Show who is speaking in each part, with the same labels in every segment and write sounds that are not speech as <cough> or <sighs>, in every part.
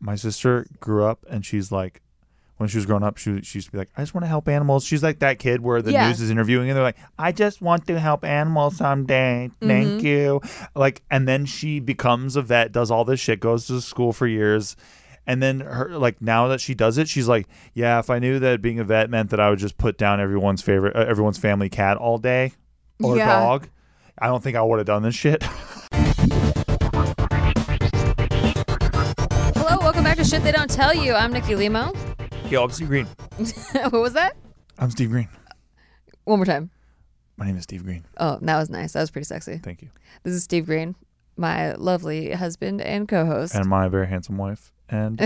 Speaker 1: my sister grew up and she's like, when she was growing up, she, she used to be like, I just want to help animals. She's like that kid where the
Speaker 2: Yeah.
Speaker 1: news is interviewing and they're like, I just want to help animals someday.
Speaker 2: Mm-hmm.
Speaker 1: Thank you. Like, and then she becomes a vet, does all this shit, goes to school for years. And then her, like, now that she does it, she's like, yeah, if I knew that being a vet meant that I would just put down everyone's favorite, uh, everyone's family cat all day or
Speaker 2: Yeah.
Speaker 1: dog, I don't think I would have done this shit. <laughs>
Speaker 2: Hello, welcome back to Shit They Don't Tell You. I'm Nikki Limo.
Speaker 1: Yo, I'm Steve Green.
Speaker 2: <laughs> what was that?
Speaker 1: I'm Steve Green.
Speaker 2: One more time.
Speaker 1: My name is Steve Green.
Speaker 2: Oh, that was nice. That was pretty sexy.
Speaker 1: Thank you.
Speaker 2: This is Steve Green, my lovely husband and co-host.
Speaker 1: And my very handsome wife
Speaker 2: <laughs>
Speaker 1: and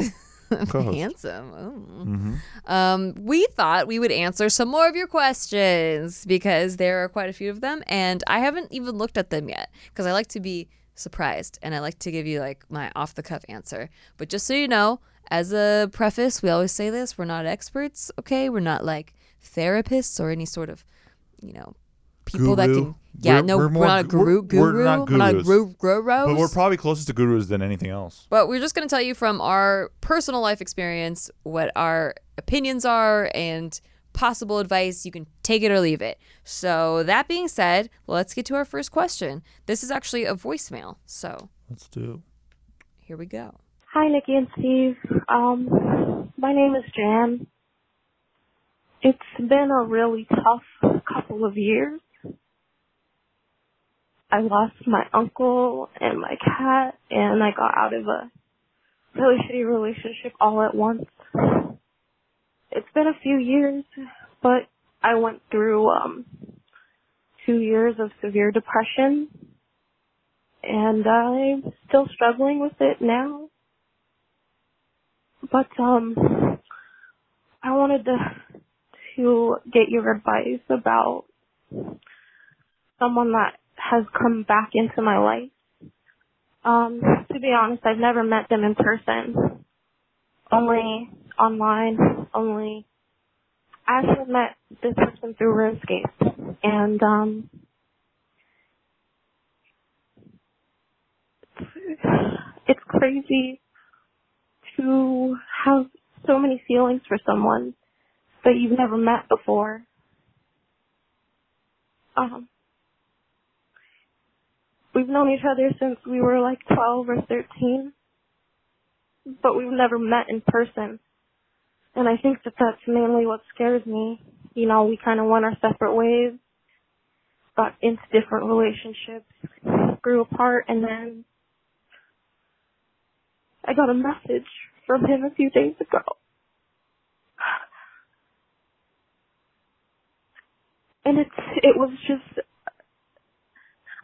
Speaker 1: co-host.
Speaker 2: Handsome. Ooh.
Speaker 1: Mhm.
Speaker 2: Um, we thought we would answer some more of your questions because there are quite a few of them, and I haven't even looked at them yet because I like to be surprised and I like to give you like my off the cuff answer. But just so you know, as a preface, we always say this: we're not experts, okay? We're not like therapists or any sort of, you know, people that
Speaker 1: Guru.
Speaker 2: can. Yeah,
Speaker 1: We're-
Speaker 2: no,
Speaker 1: we're
Speaker 2: we're,
Speaker 1: more
Speaker 2: not a
Speaker 1: gu- we're-
Speaker 2: guru. Guru.
Speaker 1: we're not
Speaker 2: a
Speaker 1: gurus.
Speaker 2: guru. Gurus.
Speaker 1: But we're probably closest to gurus than anything else.
Speaker 2: But we're just going to tell you from our personal life experience what our opinions are and possible advice. You can take it or leave it. So, that being said, let's get to our first question. This is actually a voicemail. So,
Speaker 1: Let's do.
Speaker 2: here we go.
Speaker 3: Hi, Nikki and Steve. Um, my name is Jan. It's been a really tough couple of years. I lost my uncle and my cat, and I got out of a really shitty relationship all at once. It's been a few years, but I went through um, two years of severe depression, and I'm still struggling with it now but um I wanted to to get your advice about someone that has come back into my life. Um to be honest, I've never met them in person. Only online, only I actually met this person through RuneScape and um it's crazy to have so many feelings for someone that you've never met before. Um, we've known each other since we were like 12 or 13, but we've never met in person. And I think that that's mainly what scares me. You know, we kind of went our separate ways, got into different relationships, grew apart, and then I got a message from him a few days ago. And it's it was just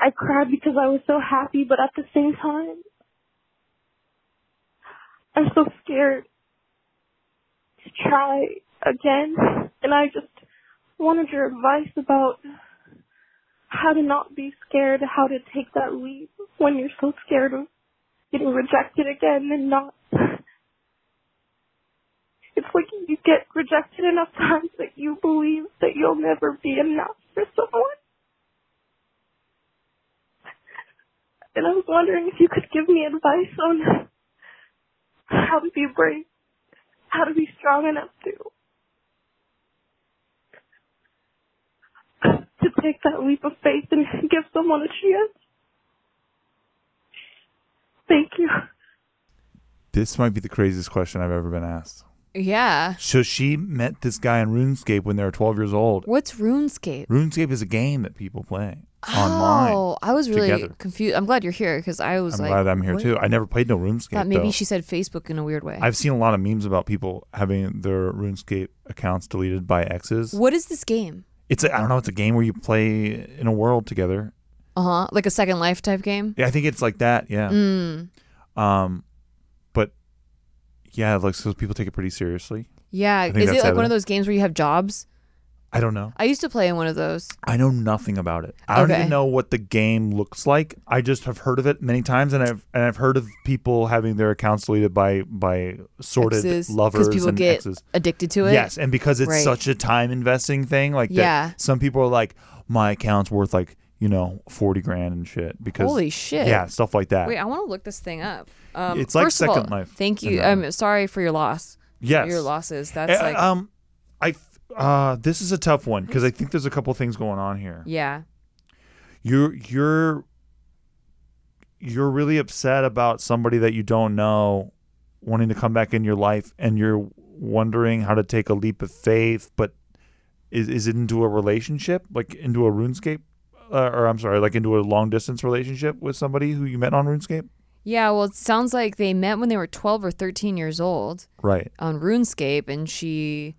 Speaker 3: I cried because I was so happy, but at the same time I'm so scared to try again and I just wanted your advice about how to not be scared, how to take that leap when you're so scared of getting rejected again and not. It's like you get rejected enough times that you believe that you'll never be enough for someone. And I was wondering if you could give me advice on how to be brave, how to be strong enough to to take that leap of faith and give someone a chance. Thank you.
Speaker 1: This might be the craziest question I've ever been asked.
Speaker 2: Yeah.
Speaker 1: So she met this guy on RuneScape when they were 12 years old.
Speaker 2: What's RuneScape?
Speaker 1: RuneScape is a game that people play online.
Speaker 2: oh, I was really
Speaker 1: together.
Speaker 2: confused. I'm glad you're here because I was
Speaker 1: I'm
Speaker 2: like,
Speaker 1: glad I'm here
Speaker 2: what?
Speaker 1: too. I never played no RuneScape.
Speaker 2: Thought maybe
Speaker 1: though.
Speaker 2: she said Facebook in a weird way.
Speaker 1: I've seen a lot of memes about people having their RuneScape accounts deleted by exes.
Speaker 2: what is this game?
Speaker 1: It's a, I don't know. It's a game where you play in a world together.
Speaker 2: Uh huh. Like a Second Life type game.
Speaker 1: Yeah, I think it's like that. Yeah.
Speaker 2: Mm.
Speaker 1: Um, but yeah, like so people take it pretty seriously.
Speaker 2: Yeah.
Speaker 1: think
Speaker 2: Is
Speaker 1: that's
Speaker 2: it like
Speaker 1: Heather.
Speaker 2: one of those games where you have jobs?
Speaker 1: I don't know.
Speaker 2: I used to play in one of those.
Speaker 1: I know nothing about it. I don't
Speaker 2: Okay.
Speaker 1: even know what the game looks like. I just have heard of it many times, and I've and I've heard of people having their accounts deleted by by sorted
Speaker 2: exes, 'cause
Speaker 1: lovers
Speaker 2: people
Speaker 1: and
Speaker 2: get
Speaker 1: exes.
Speaker 2: addicted to it.
Speaker 1: Yes, and because it's
Speaker 2: Right.
Speaker 1: such a time investing thing, like that
Speaker 2: Yeah.
Speaker 1: some people are like, my account's worth like you know, 40 grand and shit because
Speaker 2: Holy shit.
Speaker 1: Yeah, stuff like that.
Speaker 2: Wait, I want to look this thing up. Um,
Speaker 1: It's like
Speaker 2: first of all,
Speaker 1: Second Life
Speaker 2: Thank
Speaker 1: in
Speaker 2: you.
Speaker 1: that
Speaker 2: I'm sorry for your loss.
Speaker 1: yes.
Speaker 2: Your losses. That's
Speaker 1: Uh,
Speaker 2: like
Speaker 1: um I f- uh this is a tough one cuz I think there's a couple things going on here.
Speaker 2: yeah.
Speaker 1: You're you're you're really upset about somebody that you don't know wanting to come back in your life and you're wondering how to take a leap of faith but is is it into a relationship like into a RuneScape uh, or I'm sorry like into a long distance relationship with somebody who you met on RuneScape?
Speaker 2: Yeah, well, it sounds like they met when they were 12 or 13 years old
Speaker 1: Right.
Speaker 2: on RuneScape and she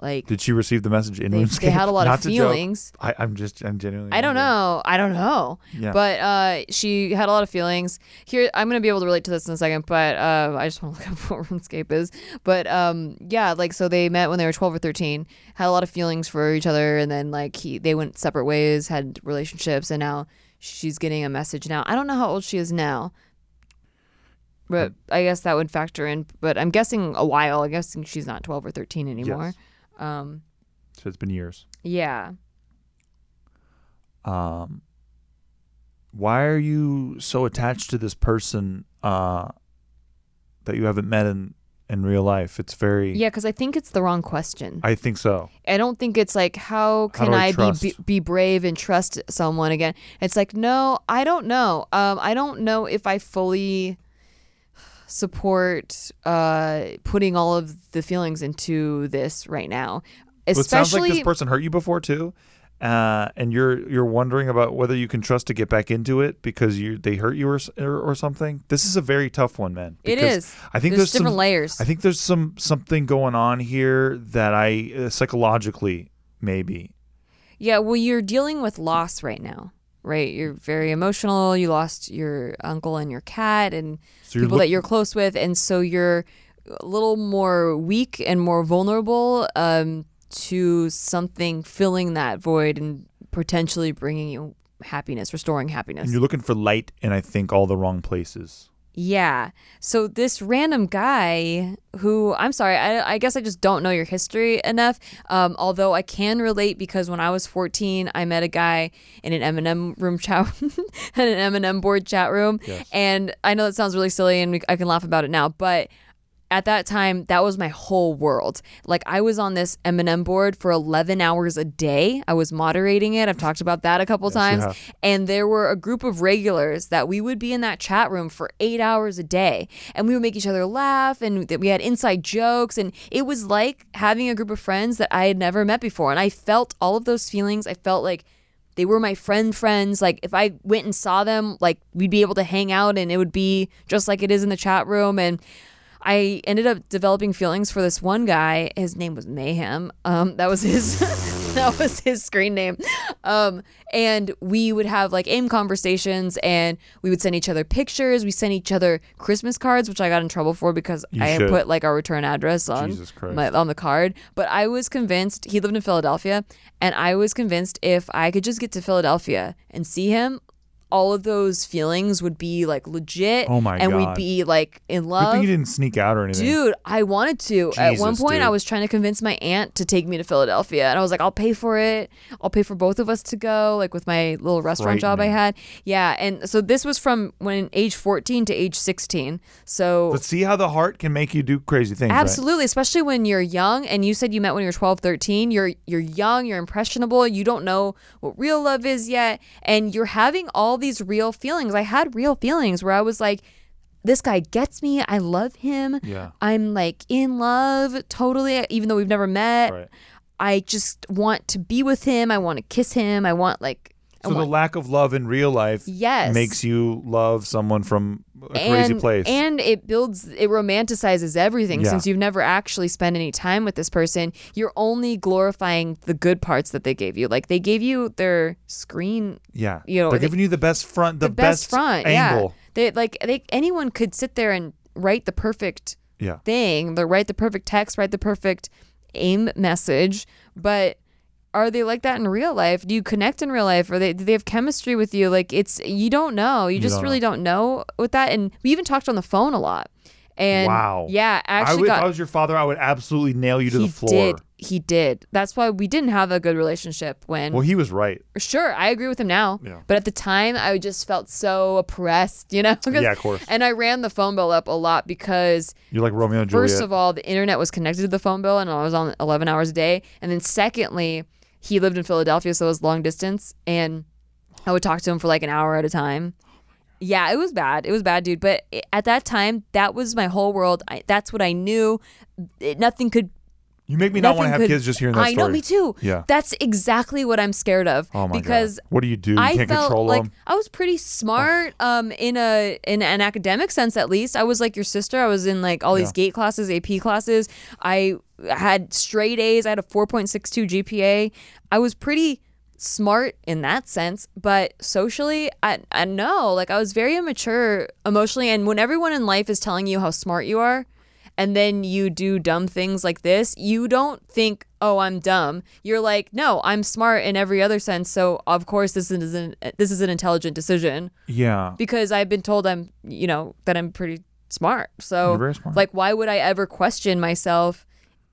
Speaker 2: like
Speaker 1: Did she receive the message in
Speaker 2: they,
Speaker 1: RuneScape?
Speaker 2: they had a lot
Speaker 1: <laughs> Not
Speaker 2: of
Speaker 1: to joke.
Speaker 2: feelings.
Speaker 1: I, I'm just I'm genuinely
Speaker 2: I don't
Speaker 1: wondering.
Speaker 2: know. I don't know.
Speaker 1: Mm-hmm. Yeah.
Speaker 2: But uh, she had a lot of feelings. Here, I'm going to be able to relate to this in a second, but uh, I just want to look <laughs> up what RuneScape is. But um, yeah, like, so they met when they were 12 or 13, had a lot of feelings for each other, and then, like, he, they went separate ways, had relationships, and now she's getting a message now. I don't know how old she is now. But I guess that would factor in. But I'm guessing a while. I'm guessing she's not 12 or 13 anymore. Um,
Speaker 1: So it's been years.
Speaker 2: yeah.
Speaker 1: um, why are you so attached to this person uh, that you haven't met in in real life? It's very.
Speaker 2: Yeah, because I think it's the wrong question.
Speaker 1: I think so.
Speaker 2: I don't think it's like
Speaker 1: How
Speaker 2: how can
Speaker 1: do I
Speaker 2: I,
Speaker 1: trust?
Speaker 2: be, be be brave and trust someone again? It's like no, I don't know. Um, I don't know if I fully support uh putting all of the feelings into this right
Speaker 1: Well,
Speaker 2: now.
Speaker 1: it sounds like
Speaker 2: Especially,
Speaker 1: this person hurt you before too, uh, and you're you're wondering about whether you can trust to get back into it because you they hurt you or s- or, or something. This is a very tough one, man.
Speaker 2: It
Speaker 1: because
Speaker 2: is.
Speaker 1: I think
Speaker 2: There's
Speaker 1: there's, some-
Speaker 2: different layers.
Speaker 1: I think there's some something going on here that I uh, psychologically maybe.
Speaker 2: yeah. Well, you're dealing with loss right now, right? You're very emotional. You lost your uncle and your cat, and
Speaker 1: So you're
Speaker 2: people
Speaker 1: look-
Speaker 2: that you're close with, and so you're a little more weak and more vulnerable um, to something filling that void and potentially bringing you happiness, restoring happiness.
Speaker 1: And you're looking for light in I think all the wrong places.
Speaker 2: Yeah. So this random guy who I'm sorry, I, I guess I just don't know your history enough. Um, although I can relate because when I was 14, I met a guy in an M&M room chat, <laughs> in an M&M board chat room, and I know that sounds really silly, and we, I can laugh about it now, but. At that time, that was my whole world. Like I was on this M&M board for 11 hours a day. I was moderating it. I've talked about that a couple times
Speaker 1: have.
Speaker 2: and there were a group of regulars that we would be in that chat room for eight hours a day and we would make each other laugh and that we had inside jokes and it was like having a group of friends that i had never met before and i felt all of those feelings i felt like they were my friend friends like if i went and saw them like we'd be able to hang out and it would be just like it is in the chat room and I ended up developing feelings for this one guy. His name was Mayhem. Um, that was his. <laughs> that was his screen name. Um, and we would have like aim conversations, and we would send each other pictures. We sent each other Christmas cards, which I got in trouble for because I had
Speaker 1: should.
Speaker 2: put like our return address on
Speaker 1: Jesus Christ.
Speaker 2: my- on the card. But I was convinced he lived in Philadelphia, and I was convinced if I could just get to Philadelphia and see him. All of those feelings would be like legit,
Speaker 1: Oh my
Speaker 2: and
Speaker 1: God.
Speaker 2: we'd be like in
Speaker 1: Good
Speaker 2: love.
Speaker 1: thing you didn't sneak out or anything.
Speaker 2: Dude, I wanted to. At one
Speaker 1: Jesus,
Speaker 2: point, I
Speaker 1: dude.
Speaker 2: was trying to convince my aunt to take me to Philadelphia, and I was like, "I'll pay for it. I'll pay for both of us to go." Like with my little restaurant job I
Speaker 1: Frightening.
Speaker 2: had. Yeah, and so this was from when age fourteen to age sixteen. So
Speaker 1: But see how the heart can make you do crazy things. right?
Speaker 2: Absolutely, especially when you're young and you said you met when you were 12, 13. You're you're young, you're impressionable, you don't know what real love is yet, and you're having all these real feelings. I had real feelings where I was like this guy gets me. I love him.
Speaker 1: Yeah.
Speaker 2: I'm like in love totally even though we've never met.
Speaker 1: Right.
Speaker 2: I just want to be with him. I want to kiss him. I want like I
Speaker 1: So the
Speaker 2: want-
Speaker 1: lack of love in real life
Speaker 2: Yes.
Speaker 1: makes you love someone from a crazy
Speaker 2: and,
Speaker 1: place.
Speaker 2: And it builds, it romanticizes everything
Speaker 1: Yeah.
Speaker 2: since you've never actually spent any time with this person. You're only glorifying the good parts that they gave you. Like they gave you their screen,
Speaker 1: yeah.
Speaker 2: you know,
Speaker 1: They're
Speaker 2: they-
Speaker 1: giving you the best front, the,
Speaker 2: the best, front.
Speaker 1: angle.
Speaker 2: Yeah. They like they anyone could sit there and write the perfect
Speaker 1: Yeah.
Speaker 2: thing. They write the perfect text, write the perfect aim message, but are they like that in real life? Do you connect in real life? Or they do they have chemistry with you? Like it's you don't know. You, just
Speaker 1: don't
Speaker 2: really don't know with that. And we even talked on the phone a lot. And
Speaker 1: Wow.
Speaker 2: yeah,
Speaker 1: I
Speaker 2: actually
Speaker 1: would, if
Speaker 2: got
Speaker 1: I was your father, I would absolutely nail you to
Speaker 2: he
Speaker 1: the floor.
Speaker 2: did. He did. That's why we didn't have a good relationship when
Speaker 1: Well, he was right.
Speaker 2: sure, I agree with him now.
Speaker 1: Yeah.
Speaker 2: But at the time, I just felt so oppressed, you know? <laughs> 'Cause-
Speaker 1: Yeah, of course.
Speaker 2: And I ran the phone bill up a lot because,
Speaker 1: You're like Romeo and Juliet.
Speaker 2: first of all, the internet was connected to the phone bill and I was on 11 hours a day. And then, secondly, he lived in Philadelphia, so it was long distance. And I would talk to him for like an hour at a time. Yeah, it was bad. It was bad, dude. But i- at that time, that was my whole world. I, that's what I knew. It, nothing could
Speaker 1: you make me not want to
Speaker 2: nothing
Speaker 1: have
Speaker 2: could-
Speaker 1: kids just hearing that
Speaker 2: I
Speaker 1: story.
Speaker 2: know, me too.
Speaker 1: Yeah.
Speaker 2: That's exactly what I'm scared of.
Speaker 1: Oh my
Speaker 2: because
Speaker 1: god. What do you do? You
Speaker 2: I
Speaker 1: can't
Speaker 2: felt
Speaker 1: control
Speaker 2: like
Speaker 1: them. Oh.
Speaker 2: I was pretty smart um, in a in an academic sense at least. I was like your sister. I was in like all these gate classes, AP classes. I had straight A's. I had a 4.62 GPA. I was pretty smart in that sense, but socially, I I know like I was very immature emotionally. And when everyone in life is telling you how smart you are, and then you do dumb things like this, you don't think, "Oh, I'm dumb." You're like, "No, I'm smart in every other sense." So, of course, this is an this is an intelligent decision
Speaker 1: Yeah.
Speaker 2: because I've been told I'm, you know, that I'm pretty smart. So,
Speaker 1: You're very smart.
Speaker 2: like, why would I ever question myself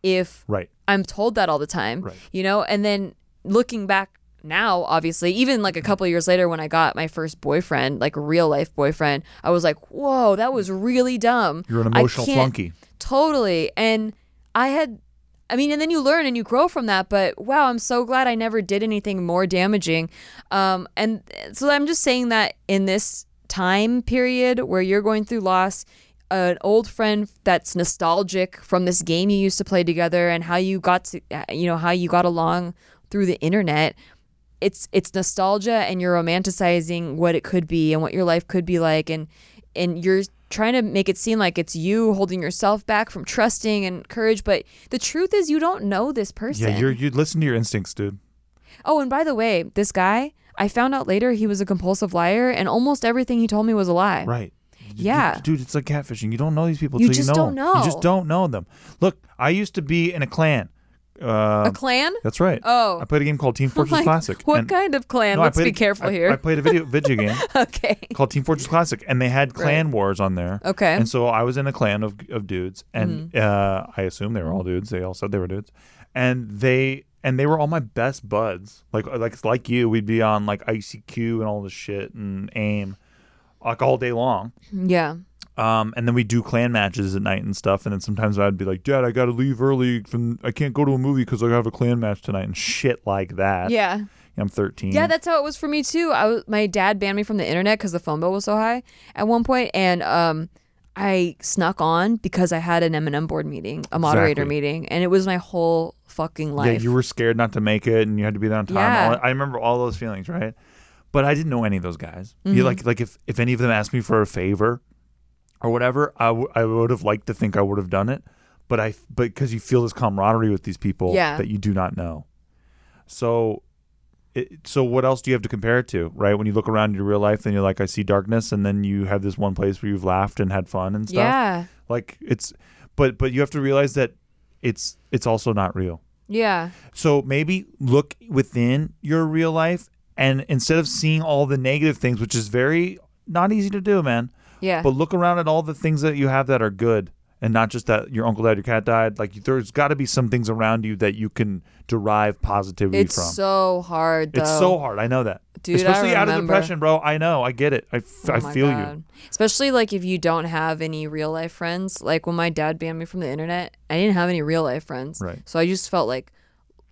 Speaker 2: if
Speaker 1: Right.
Speaker 2: I'm told that all the time,
Speaker 1: Right.
Speaker 2: you know? And then looking back now, obviously, even like a couple years later when I got my first boyfriend, like real life boyfriend, I was like, whoa, that was really dumb.
Speaker 1: You're an
Speaker 2: I
Speaker 1: emotional
Speaker 2: can't-
Speaker 1: flunky.
Speaker 2: Totally. And I had, I mean, and then you learn and you grow from that, but wow, I'm so glad I never did anything more damaging. Um, and so I'm just saying that in this time period where you're going through loss, an old friend that's nostalgic from this game you used to play together and how you got to, you know, how you got along through the internet. It's it's nostalgia and you're romanticizing what it could be and what your life could be like and and you're trying to make it seem like it's you holding yourself back from trusting and courage but the truth is you don't know this person
Speaker 1: Yeah, you're you listen to your instincts, dude.
Speaker 2: oh and by the way this guy i found out later he was a compulsive liar and almost everything he told me was a lie
Speaker 1: Right. D- d-
Speaker 2: Yeah.
Speaker 1: Dude, it's like catfishing. You don't know these people
Speaker 2: You
Speaker 1: till
Speaker 2: just
Speaker 1: you know
Speaker 2: don't
Speaker 1: them. You
Speaker 2: know.
Speaker 1: just don't know them. Look, I used to be in a clan. Uh,
Speaker 2: a clan
Speaker 1: that's right.
Speaker 2: Oh.
Speaker 1: I played a game
Speaker 2: <laughs>
Speaker 1: called Team Fortress
Speaker 2: Like,
Speaker 1: Classic.
Speaker 2: what
Speaker 1: and-
Speaker 2: kind of clan
Speaker 1: No, I
Speaker 2: let's
Speaker 1: played
Speaker 2: be
Speaker 1: a-
Speaker 2: careful
Speaker 1: I-
Speaker 2: here
Speaker 1: I played a
Speaker 2: <laughs>
Speaker 1: video video game
Speaker 2: okay
Speaker 1: called Team Fortress Classic, and they had clan wars on there.
Speaker 2: Okay. Mm-hmm.
Speaker 1: And so I was in a clan of, of dudes, and uh, I assume they were all dudes. They all said they were dudes, and they and they were all my best buds. Like uh, like like you, we'd be on like ICQ and all this shit and AIM, like all day long.
Speaker 2: yeah
Speaker 1: Um, and then we do clan matches at night and stuff. And then sometimes I'd be like, Dad, I got to leave early. From I can't go to a movie because I have a clan match tonight and shit like that.
Speaker 2: yeah
Speaker 1: I'm 13.
Speaker 2: Yeah, that's how it was for me too. I was, my dad banned me from the internet because the phone bill was so high at one point, and um, I snuck on because I had an M and M board meeting, a moderator
Speaker 1: Exactly.
Speaker 2: meeting, and it was my whole fucking
Speaker 1: Yeah,
Speaker 2: life.
Speaker 1: you were scared not to make it, and you had to be there on time.
Speaker 2: Yeah.
Speaker 1: All- I remember all those feelings, right? But I didn't know any of those guys.
Speaker 2: Mm-hmm.
Speaker 1: You like like if if any of them asked me for a favor or whatever, I, w- I would have liked to think I would have done it, but I but because you feel this camaraderie with these people
Speaker 2: Yeah.
Speaker 1: that you do not know. So, it, so what else do you have to compare it to, right? When you look around in your real life, then you're like, I see darkness, and then you have this one place where you've laughed and had fun and stuff.
Speaker 2: yeah,
Speaker 1: Like it's, but but you have to realize that it's it's also not real.
Speaker 2: yeah,
Speaker 1: So maybe look within your real life and instead of seeing all the negative things, which is very not easy to do, man,
Speaker 2: yeah.
Speaker 1: but look around at all the things that you have that are good and not just that your uncle died, your cat died. Like there's got to be some things around you that you can derive positivity
Speaker 2: it's
Speaker 1: from.
Speaker 2: so hard. Though.
Speaker 1: it's so hard. I know that.
Speaker 2: Dude, I
Speaker 1: Especially out of
Speaker 2: remember-
Speaker 1: depression, bro. I know. I get it. I, f- I
Speaker 2: Oh my
Speaker 1: feel you.
Speaker 2: God. Especially like if you don't have any real life friends. Like when my dad banned me from the internet, I didn't have any real life friends.
Speaker 1: Right.
Speaker 2: So I just felt like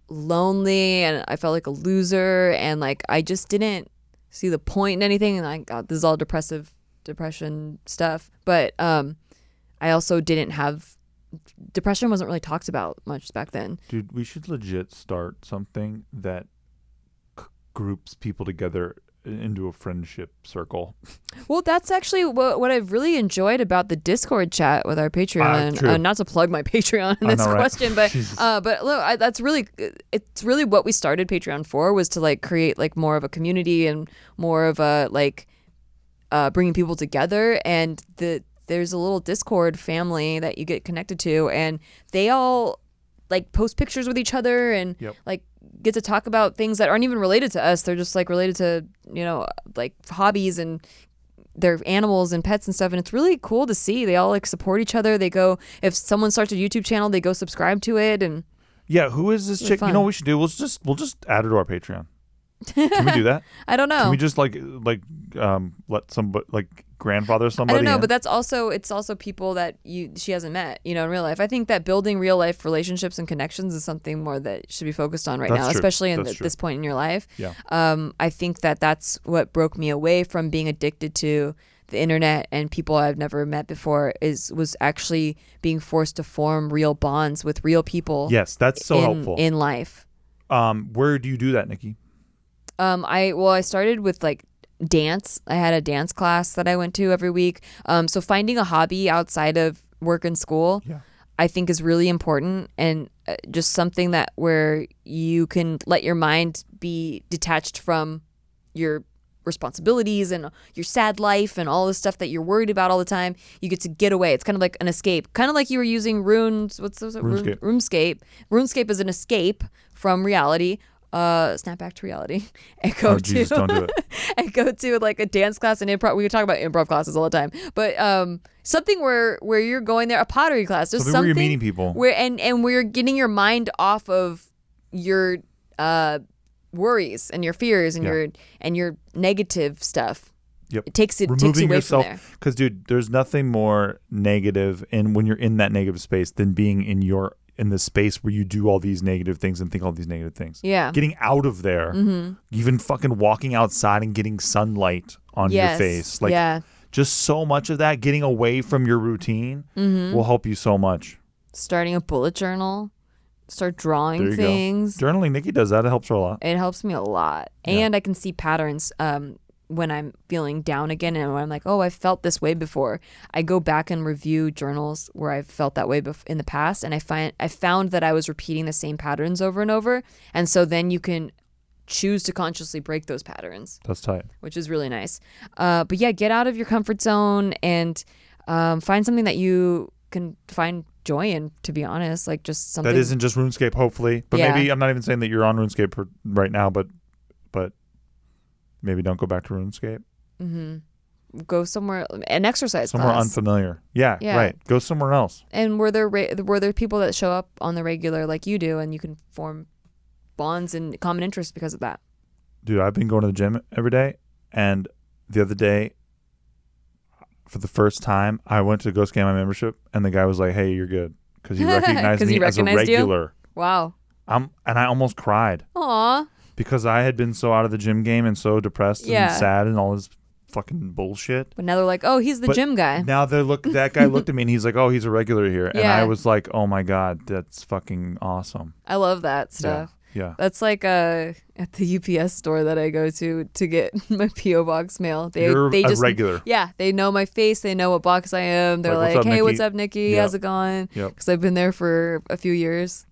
Speaker 2: lonely and I felt like a loser and like I just didn't see the point in anything. And I got this is all depressive depression stuff. But um I also didn't have depression wasn't really talked about much back then.
Speaker 1: Dude, we should legit start something that c- groups people together into a friendship circle.
Speaker 2: Well, that's actually what, what I've really enjoyed about the Discord chat with our Patreon.
Speaker 1: Ah, true.
Speaker 2: Uh, not to plug my <laughs> Patreon in
Speaker 1: I
Speaker 2: this
Speaker 1: know, right?
Speaker 2: question, but
Speaker 1: Jesus.
Speaker 2: uh, but look, I, that's really it's really what we started Patreon for was to like create like more of a community and more of a like uh, bringing people together and the there's a little Discord family that you get connected to and they all like post pictures with each other and
Speaker 1: Yep.
Speaker 2: like get to talk about things that aren't even related to us. They're just like related to you know like hobbies and their animals and pets and stuff and it's really cool to see they all like support each other they go if someone starts a youtube channel they go subscribe to it and
Speaker 1: Yeah, who is this chick? You
Speaker 2: fun.
Speaker 1: know what we should do? We'll just we'll just add her to our Patreon. Can
Speaker 2: <laughs>
Speaker 1: we do that?
Speaker 2: i don't know
Speaker 1: Can we just like like um let somebody like grandfather
Speaker 2: I
Speaker 1: somebody?
Speaker 2: don't know,
Speaker 1: in?
Speaker 2: but that's also it's also people that you she hasn't met, you know, in real life. I think that building real life relationships and connections is something more that should be focused on right
Speaker 1: That's
Speaker 2: now,
Speaker 1: true.
Speaker 2: especially in
Speaker 1: That's
Speaker 2: the,
Speaker 1: true.
Speaker 2: this point in your life.
Speaker 1: Yeah.
Speaker 2: Um, I think that that's what broke me away from being addicted to the internet and people I've never met before is was actually being forced to form real bonds with real people.
Speaker 1: yes, that's so
Speaker 2: in,
Speaker 1: helpful.
Speaker 2: in life.
Speaker 1: um, where do you do that, Nikki?
Speaker 2: Um, I well, I started with like dance. I had a dance class that I went to every week. Um, so finding a hobby outside of work and school,
Speaker 1: Yeah.
Speaker 2: I think is really important and uh, just something that where you can let your mind be detached from your responsibilities and your sad life and all the stuff that you're worried about all the time. You get to get away. It's kind of like an escape, kind of like you were using runes. What's those?
Speaker 1: RuneScape.
Speaker 2: Rune, RuneScape. RuneScape is an escape from reality. Uh, snap back to reality. <laughs> And go
Speaker 1: Oh, Jesus,
Speaker 2: to
Speaker 1: don't
Speaker 2: <laughs>
Speaker 1: do it.
Speaker 2: and go to like a dance class and improv. We talk about improv classes all the time, but um, something where where you're going there, a pottery class, just
Speaker 1: Something where
Speaker 2: something
Speaker 1: you're meeting people.
Speaker 2: where and and where you're getting your mind off of your uh worries and your fears and
Speaker 1: Yeah.
Speaker 2: your and your negative stuff.
Speaker 1: Yep.
Speaker 2: It takes it takes you
Speaker 1: removing
Speaker 2: away
Speaker 1: yourself
Speaker 2: from there.
Speaker 1: because dude there's nothing more negative in when you're in that negative space than being in your in the space where you do all these negative things and think all these negative things
Speaker 2: Yeah. Mm-hmm.
Speaker 1: getting out of there even fucking walking outside and getting sunlight on
Speaker 2: Yes.
Speaker 1: your face like
Speaker 2: yeah.
Speaker 1: just so much of that getting away from your routine
Speaker 2: Mm-hmm.
Speaker 1: will help you so much
Speaker 2: Starting a bullet journal, start
Speaker 1: there
Speaker 2: drawing
Speaker 1: you
Speaker 2: things.
Speaker 1: go journaling nikki does that it helps her a lot
Speaker 2: It helps me a lot. And I can see patterns um, when I'm feeling down again and when I'm like, oh, I felt this way before. I go back and review journals where I've felt that way bef- in the past. And I find I found that I was repeating the same patterns over and over. And so then you can choose to consciously break those patterns,
Speaker 1: that's tight
Speaker 2: which is really nice. Uh, but yeah, get out of your comfort zone and um, find something that you can find joy in, to be honest. Like just something.
Speaker 1: that isn't just runescape hopefully but
Speaker 2: Yeah.
Speaker 1: maybe i'm not even saying that you're on runescape for, right now but but maybe don't go back to runescape
Speaker 2: go somewhere, an exercise
Speaker 1: somewhere
Speaker 2: class.
Speaker 1: unfamiliar. Yeah,
Speaker 2: Yeah.
Speaker 1: right. Go somewhere else.
Speaker 2: And were there re- were there people that show up on the regular like you do, and you can form bonds and common interests because of that?
Speaker 1: Dude, I've been going to the gym every day and the other day for the first time, I went to go scan my membership and the guy was like, "Hey, you're good."
Speaker 2: <laughs>
Speaker 1: Cuz he recognized
Speaker 2: 'Cause
Speaker 1: me
Speaker 2: he
Speaker 1: as
Speaker 2: recognized
Speaker 1: a
Speaker 2: you?
Speaker 1: regular.
Speaker 2: Wow.
Speaker 1: I'm and I almost cried
Speaker 2: Aw.
Speaker 1: because I had been so out of the gym game and so depressed
Speaker 2: Yeah.
Speaker 1: and sad and all this fucking bullshit.
Speaker 2: But now they're like, oh, he's the
Speaker 1: But
Speaker 2: gym guy.
Speaker 1: Now they look that guy looked at me and he's like, "Oh, he's a regular here." And I
Speaker 2: Yeah.
Speaker 1: was like, "Oh my god, that's fucking awesome."
Speaker 2: I love that
Speaker 1: Yeah.
Speaker 2: stuff.
Speaker 1: Yeah.
Speaker 2: That's like uh, at the UPS store that I go to to get <laughs> my PO box mail. They
Speaker 1: You're
Speaker 2: they
Speaker 1: a
Speaker 2: just
Speaker 1: regular.
Speaker 2: Yeah, they know my face. They know what box I am. They're
Speaker 1: Like,
Speaker 2: like,
Speaker 1: "What's up,
Speaker 2: hey, what's
Speaker 1: Nikki?"
Speaker 2: up, Nikki?
Speaker 1: Yep.
Speaker 2: How's it going?
Speaker 1: Yep.
Speaker 2: Because I've been there for a few years.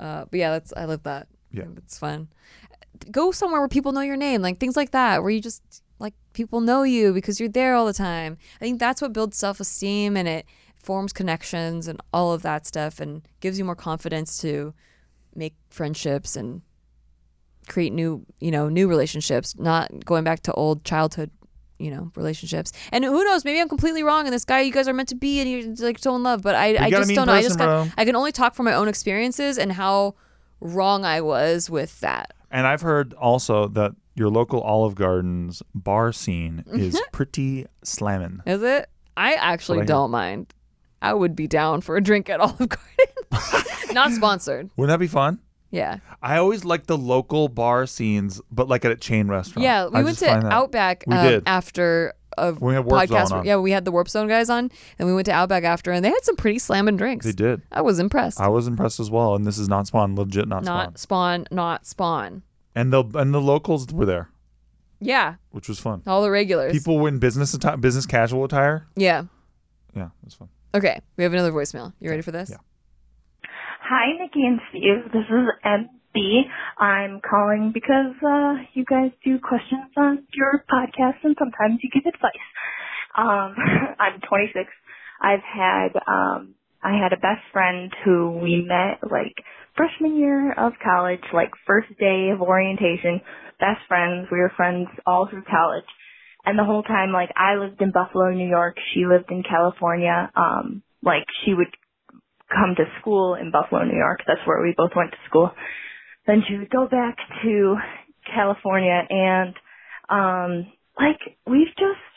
Speaker 2: Uh, but yeah, that's I love that.
Speaker 1: Yeah.
Speaker 2: it's fun. Go somewhere where people know your name, like things like that, where you just like people know you because you're there all the time. I think that's what builds self esteem and it forms connections and all of that stuff and gives you more confidence to make friendships and create new you know new relationships not going back to old childhood you know relationships and who knows maybe i'm completely wrong and this guy you guys are meant to be and you're like so in love but i, I
Speaker 1: gotta
Speaker 2: just
Speaker 1: meet
Speaker 2: don't
Speaker 1: in
Speaker 2: know i
Speaker 1: person,
Speaker 2: just got,
Speaker 1: bro.
Speaker 2: i can only talk from my own experiences and how wrong i was with that
Speaker 1: And I've heard also that your local Olive Garden's bar scene
Speaker 2: <laughs>
Speaker 1: is pretty slammin'.
Speaker 2: is it i
Speaker 1: What I
Speaker 2: actually
Speaker 1: hear.
Speaker 2: don't mind i would be down for a drink at olive garden <laughs> not sponsored
Speaker 1: Wouldn't that be fun?
Speaker 2: yeah
Speaker 1: I always like the local bar scenes, but like at a chain restaurant.
Speaker 2: yeah we
Speaker 1: Oh, I
Speaker 2: went
Speaker 1: just
Speaker 2: to
Speaker 1: find that-
Speaker 2: outback
Speaker 1: We
Speaker 2: um,
Speaker 1: did.
Speaker 2: after a
Speaker 1: We had Warp
Speaker 2: podcast
Speaker 1: Zone on.
Speaker 2: yeah we had the warp zone guys on and we went to outback after and they had some pretty slamming drinks
Speaker 1: They did.
Speaker 2: I was impressed.
Speaker 1: I was impressed as well, and this is not Spawn, legit not, Spawn.
Speaker 2: not spawn. not spawn.
Speaker 1: And the and the locals were there,
Speaker 2: Yeah,
Speaker 1: which was fun.
Speaker 2: all the regulars.
Speaker 1: People were in business attire, business casual attire.
Speaker 2: Yeah.
Speaker 1: Yeah, it was fun.
Speaker 2: Okay, we have another voicemail. You ready for this?
Speaker 1: Yeah.
Speaker 3: Hi, Nikki and Steve. This is MB. I'm calling because uh, you guys do questions on your podcast and sometimes you give advice. Um, <laughs> I'm 26. I've had um, I had a best friend who we met like freshman year of college, like first day of orientation. Best friends. We were friends all through college. And the whole time, like, I lived in Buffalo, New York. She lived in California. Um, like, she would come to school in Buffalo, New York. That's where we both went to school. Then she would go back to California and, um, like, we've just,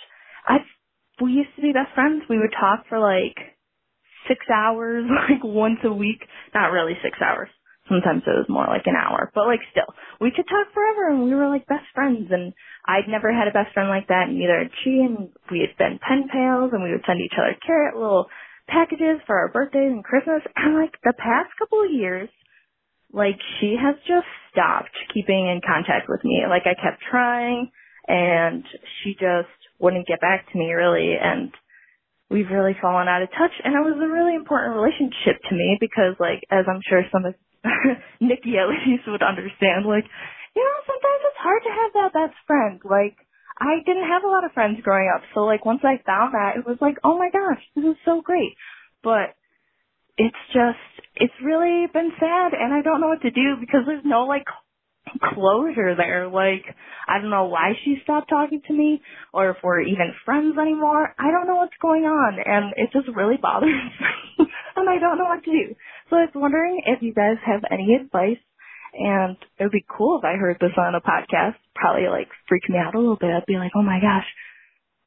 Speaker 3: I, we used to be best friends. We would talk for like six hours, <laughs> like once a week. Not really six hours. Sometimes it was more like an hour, but like still, we could talk forever and we were like best friends and I'd never had a best friend like that and neither had she and we had been pen pals and we would send each other carrot little packages for our birthdays and Christmas <laughs> and like the past couple of years, like she has just stopped keeping in contact with me. Like I kept trying and she just wouldn't get back to me really and we've really fallen out of touch and it was a really important relationship to me because like as I'm sure some of <laughs> Nikki at least would understand, like, you know, sometimes it's hard to have that best friend. Like I didn't have a lot of friends growing up, so like once I found that it was like, Oh my gosh, this is so great but it's just it's really been sad and I don't know what to do because there's no like closure there. Like, I don't know why she stopped talking to me or if we're even friends anymore. I don't know what's going on and it just really bothers <laughs> me and I don't know what to do. So I was wondering if you guys have any advice and it would be cool if I heard this on a podcast. Probably like freak me out a little bit. I'd be like, oh my gosh,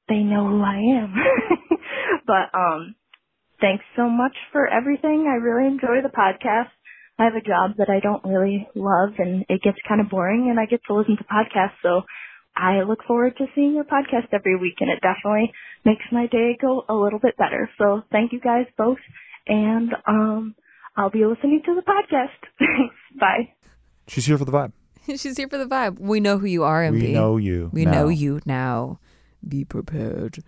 Speaker 3: they know who I am. <laughs> but, um, thanks so much for everything. I really enjoy the podcast. I have a job that I don't really love and it gets kind of boring and I get to listen to podcasts. So I look forward to seeing your podcast every week and it definitely makes my day go a little bit better. So thank you guys both and um I'll be listening to the podcast. <laughs> Thanks. Bye.
Speaker 1: She's here for the vibe.
Speaker 2: <laughs> She's here for the vibe. We know who you are, MB.
Speaker 1: We know you.
Speaker 2: We
Speaker 1: now.
Speaker 2: know you now. Be prepared.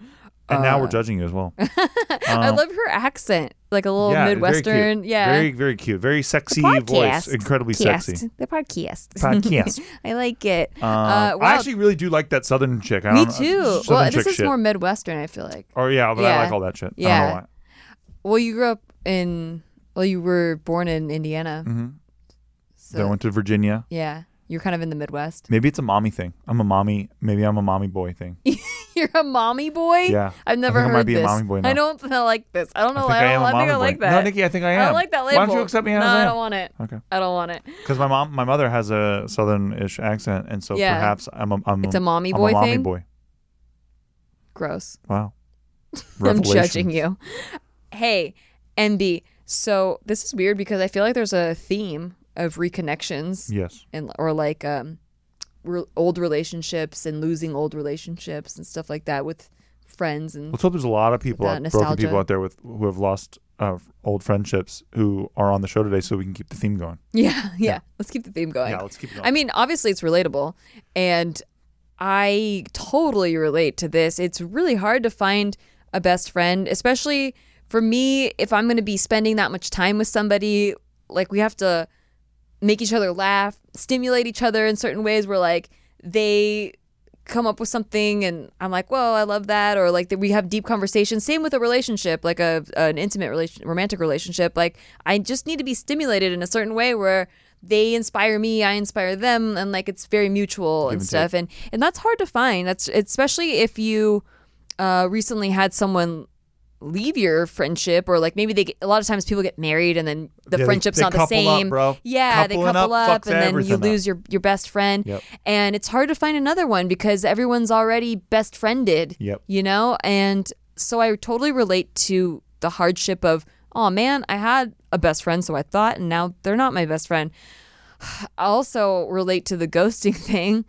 Speaker 1: And now we're judging you as well.
Speaker 2: <laughs>
Speaker 1: Um,
Speaker 2: I love her accent, like a little
Speaker 1: yeah, very cute.
Speaker 2: midwestern. Yeah,
Speaker 1: Very, very cute. Very sexy voice. Incredibly sexy.
Speaker 2: The podcast.
Speaker 1: Podcast.
Speaker 2: <laughs> I like it.
Speaker 1: Um,
Speaker 2: uh, wow.
Speaker 1: I actually really do like that southern chick. I
Speaker 2: me
Speaker 1: don't,
Speaker 2: too.
Speaker 1: Southern
Speaker 2: Well,
Speaker 1: chick
Speaker 2: this is
Speaker 1: shit.
Speaker 2: more midwestern. I feel like.
Speaker 1: Oh yeah, but
Speaker 2: Yeah.
Speaker 1: I like all that shit. I don't
Speaker 2: Yeah.
Speaker 1: know why.
Speaker 2: Well, you grew up in. Well, you were born in Indiana. Mm-hmm. So
Speaker 1: Then I went to Virginia.
Speaker 2: yeah, you're kind of in the Midwest. <laughs>
Speaker 1: Maybe it's a mommy thing. I'm a mommy. Maybe I'm a mommy boy thing.
Speaker 2: You're a mommy boy.
Speaker 1: Yeah.
Speaker 2: I've never
Speaker 1: I think I
Speaker 2: heard
Speaker 1: might be a
Speaker 2: this.
Speaker 1: mommy boy
Speaker 2: I
Speaker 1: now.
Speaker 2: don't <laughs> think I like this. I don't know. why I, don't, I think I like
Speaker 1: boy.
Speaker 2: that.
Speaker 1: No, Nikki, I think I am.
Speaker 2: I don't like that label.
Speaker 1: Why don't you accept me
Speaker 2: No,
Speaker 1: as
Speaker 2: I
Speaker 1: I
Speaker 2: don't
Speaker 1: am?
Speaker 2: want it.
Speaker 1: Okay.
Speaker 2: I don't want it.
Speaker 1: Because my mom, my mother has a southern-ish accent, and so
Speaker 2: Yeah.
Speaker 1: perhaps I'm a, I'm
Speaker 2: It's a mommy
Speaker 1: I'm
Speaker 2: boy
Speaker 1: a mommy
Speaker 2: thing?
Speaker 1: boy.
Speaker 2: Gross.
Speaker 1: Wow.
Speaker 2: <laughs> I'm
Speaker 1: Revelations.
Speaker 2: judging you. Hey, MB. So this is weird because I feel like there's a theme of reconnections
Speaker 1: Yes.
Speaker 2: and or like um re- old relationships and losing old relationships and stuff like that with friends and
Speaker 1: Let's hope there's a lot of people,
Speaker 2: That
Speaker 1: out, broken
Speaker 2: nostalgia.
Speaker 1: people out there with who have lost uh, old friendships who are on the show today, so we can keep the theme going.
Speaker 2: <laughs> yeah, yeah, Let's keep the theme going.
Speaker 1: Yeah, let's keep it going.
Speaker 2: I mean, obviously it's relatable and I totally relate to this. It's really hard to find a best friend, especially for me if I'm going to be spending that much time with somebody, like we have to make each other laugh, stimulate each other in certain ways where like they come up with something and I'm like, "Whoa, I love that," or like that we have deep conversations. Same with a relationship, like a an intimate relation, romantic relationship. Like I just need to be stimulated in a certain way where they inspire me, I inspire them, and like it's very mutual and
Speaker 1: and
Speaker 2: stuff. And and that's hard to find. That's especially if you uh, recently had someone leave your friendship or like maybe they get, a lot of times people get married and then the
Speaker 1: Yeah, they-
Speaker 2: friendship's
Speaker 1: they
Speaker 2: not the
Speaker 1: couple up,
Speaker 2: same
Speaker 1: bro.
Speaker 2: yeah they
Speaker 1: Coupling
Speaker 2: couple
Speaker 1: up
Speaker 2: up,
Speaker 1: fucks
Speaker 2: and then you
Speaker 1: everything up.
Speaker 2: lose your your best friend
Speaker 1: Yep.
Speaker 2: and it's hard to find another one because everyone's already best friended
Speaker 1: Yep.
Speaker 2: you know and so i totally relate to the hardship of oh man i had a best friend so i thought and now they're not my best friend <sighs> I also relate to the ghosting <laughs> thing.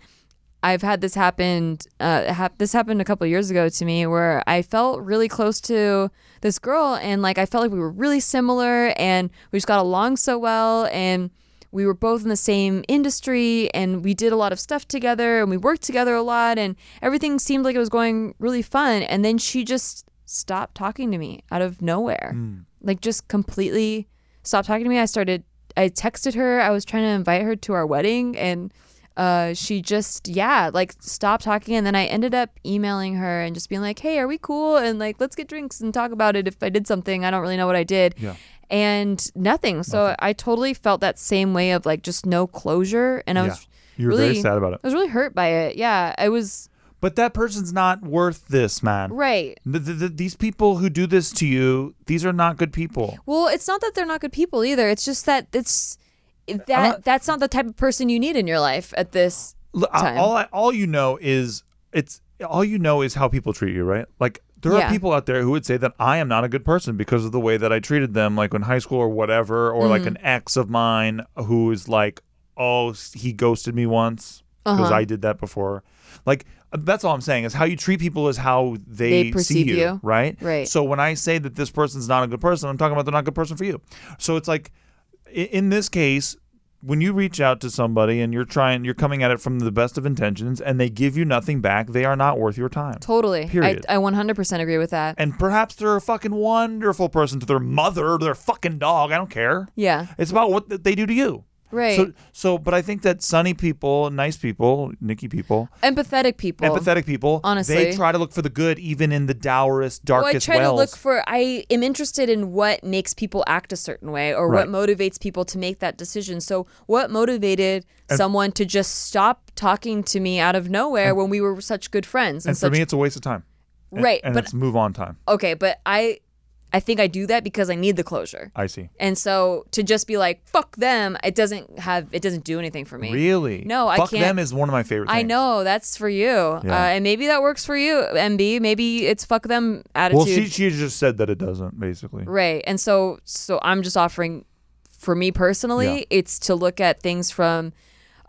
Speaker 2: I've had this happened. Uh, hap this happened a couple years ago to me, where I felt really close to this girl, and like I felt like we were really similar, and we just got along so well, and we were both in the same industry, and we did a lot of stuff together, and we worked together a lot, and everything seemed like it was going really fun. And then she just stopped talking to me out of nowhere, like just completely stopped talking to me. I started. I texted her. I was trying to invite her to our wedding, and uh, she just yeah, like stopped talking. And then I ended up emailing her and just being like, "Hey, are we cool?" And like, let's get drinks and talk about it. If I did something, I don't really know what I did.
Speaker 1: Yeah.
Speaker 2: And nothing. So I totally felt that same way of like just no closure, and I
Speaker 1: Yeah.
Speaker 2: was
Speaker 1: You were
Speaker 2: really
Speaker 1: very sad about it.
Speaker 2: I was really hurt by it. Yeah, I was.
Speaker 1: But that person's not worth this, man.
Speaker 2: Right.
Speaker 1: Th- th- th- these people who do this to you, these are not good people.
Speaker 2: Well, it's not that they're not good people either. It's just that it's that
Speaker 1: not-
Speaker 2: that's not the type of person you need in your life at this.
Speaker 1: L- I-
Speaker 2: time.
Speaker 1: all I, all you know is it's all you know is how people treat you, right? Like there
Speaker 2: Yeah.
Speaker 1: are people out there who would say that I am not a good person because of the way that I treated them, like in high school or whatever, or
Speaker 2: Mm-hmm.
Speaker 1: like an ex of mine who is like, oh, s- he ghosted me once because
Speaker 2: Uh-huh.
Speaker 1: I did that before. Like that's all I'm saying is how you treat people is how they,
Speaker 2: They perceive
Speaker 1: see
Speaker 2: you.
Speaker 1: right?
Speaker 2: Right.
Speaker 1: So when I say that this person's not a good person, I'm talking about they're not a good person for you. So it's like i- in this case, when you reach out to somebody and you're trying, you're coming at it from the best of intentions, and they give you nothing back, they are not worth your time.
Speaker 2: Totally.
Speaker 1: Period.
Speaker 2: I, I 100% agree with that.
Speaker 1: And perhaps they're a fucking wonderful person to their mother, their fucking dog. I don't care.
Speaker 2: yeah.
Speaker 1: It's about what th- they do to you.
Speaker 2: Right.
Speaker 1: So, so, but I think that sunny people, nice people, Nikki people,
Speaker 2: empathetic people.
Speaker 1: empathetic people,
Speaker 2: honestly.
Speaker 1: they try to look for the good even in the dourest,
Speaker 2: Well, I
Speaker 1: darkest
Speaker 2: try
Speaker 1: wells.
Speaker 2: to look for. I am interested in what makes people act a certain way, or
Speaker 1: Right.
Speaker 2: what motivates people to make that decision. So, what motivated someone to just stop talking to me out of nowhere when we were such good friends and,
Speaker 1: and for
Speaker 2: such
Speaker 1: me, it's a waste of time. And-
Speaker 2: Right,
Speaker 1: and
Speaker 2: but-
Speaker 1: it's move on time.
Speaker 2: okay? But I, I think I do that because I need the closure.
Speaker 1: I see.
Speaker 2: And so to just be like fuck them, it doesn't have it doesn't do anything for me.
Speaker 1: Really?
Speaker 2: No, I
Speaker 1: Fuck
Speaker 2: can't-
Speaker 1: them is one of my favorite.
Speaker 2: I
Speaker 1: things.
Speaker 2: know that's for you, uh, and maybe that works for you, MB. Maybe it's fuck them attitude.
Speaker 1: Well, she she just said that it doesn't basically.
Speaker 2: Right. And so so I'm just offering for me personally,
Speaker 1: Yeah.
Speaker 2: it's to look at things from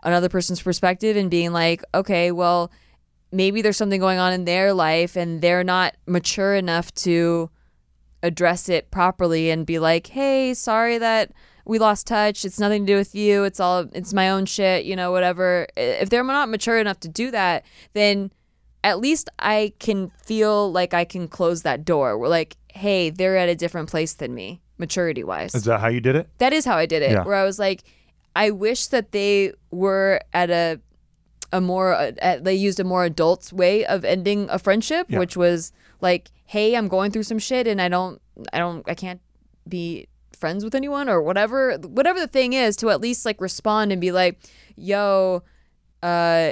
Speaker 2: another person's perspective and being like, okay, well, maybe there's something going on in their life and they're not mature enough to address it properly and be like, "Hey, sorry that we lost touch. It's nothing to do with you. It's all it's my own shit, you know, whatever." I- If they're not mature enough to do that, then at least I can feel like I can close that door. We're like, "Hey, they're at a different place than me, maturity-wise."
Speaker 1: Is that how you did it?
Speaker 2: that is how I did it.
Speaker 1: Yeah.
Speaker 2: Where I was like, I wish that they were at a a more uh, uh, they used a more adult way of ending a friendship,
Speaker 1: Yeah.
Speaker 2: which was like, hey, I'm going through some shit, and I don't, I don't, I can't be friends with anyone or whatever, whatever the thing is, to at least like respond and be like, yo, uh,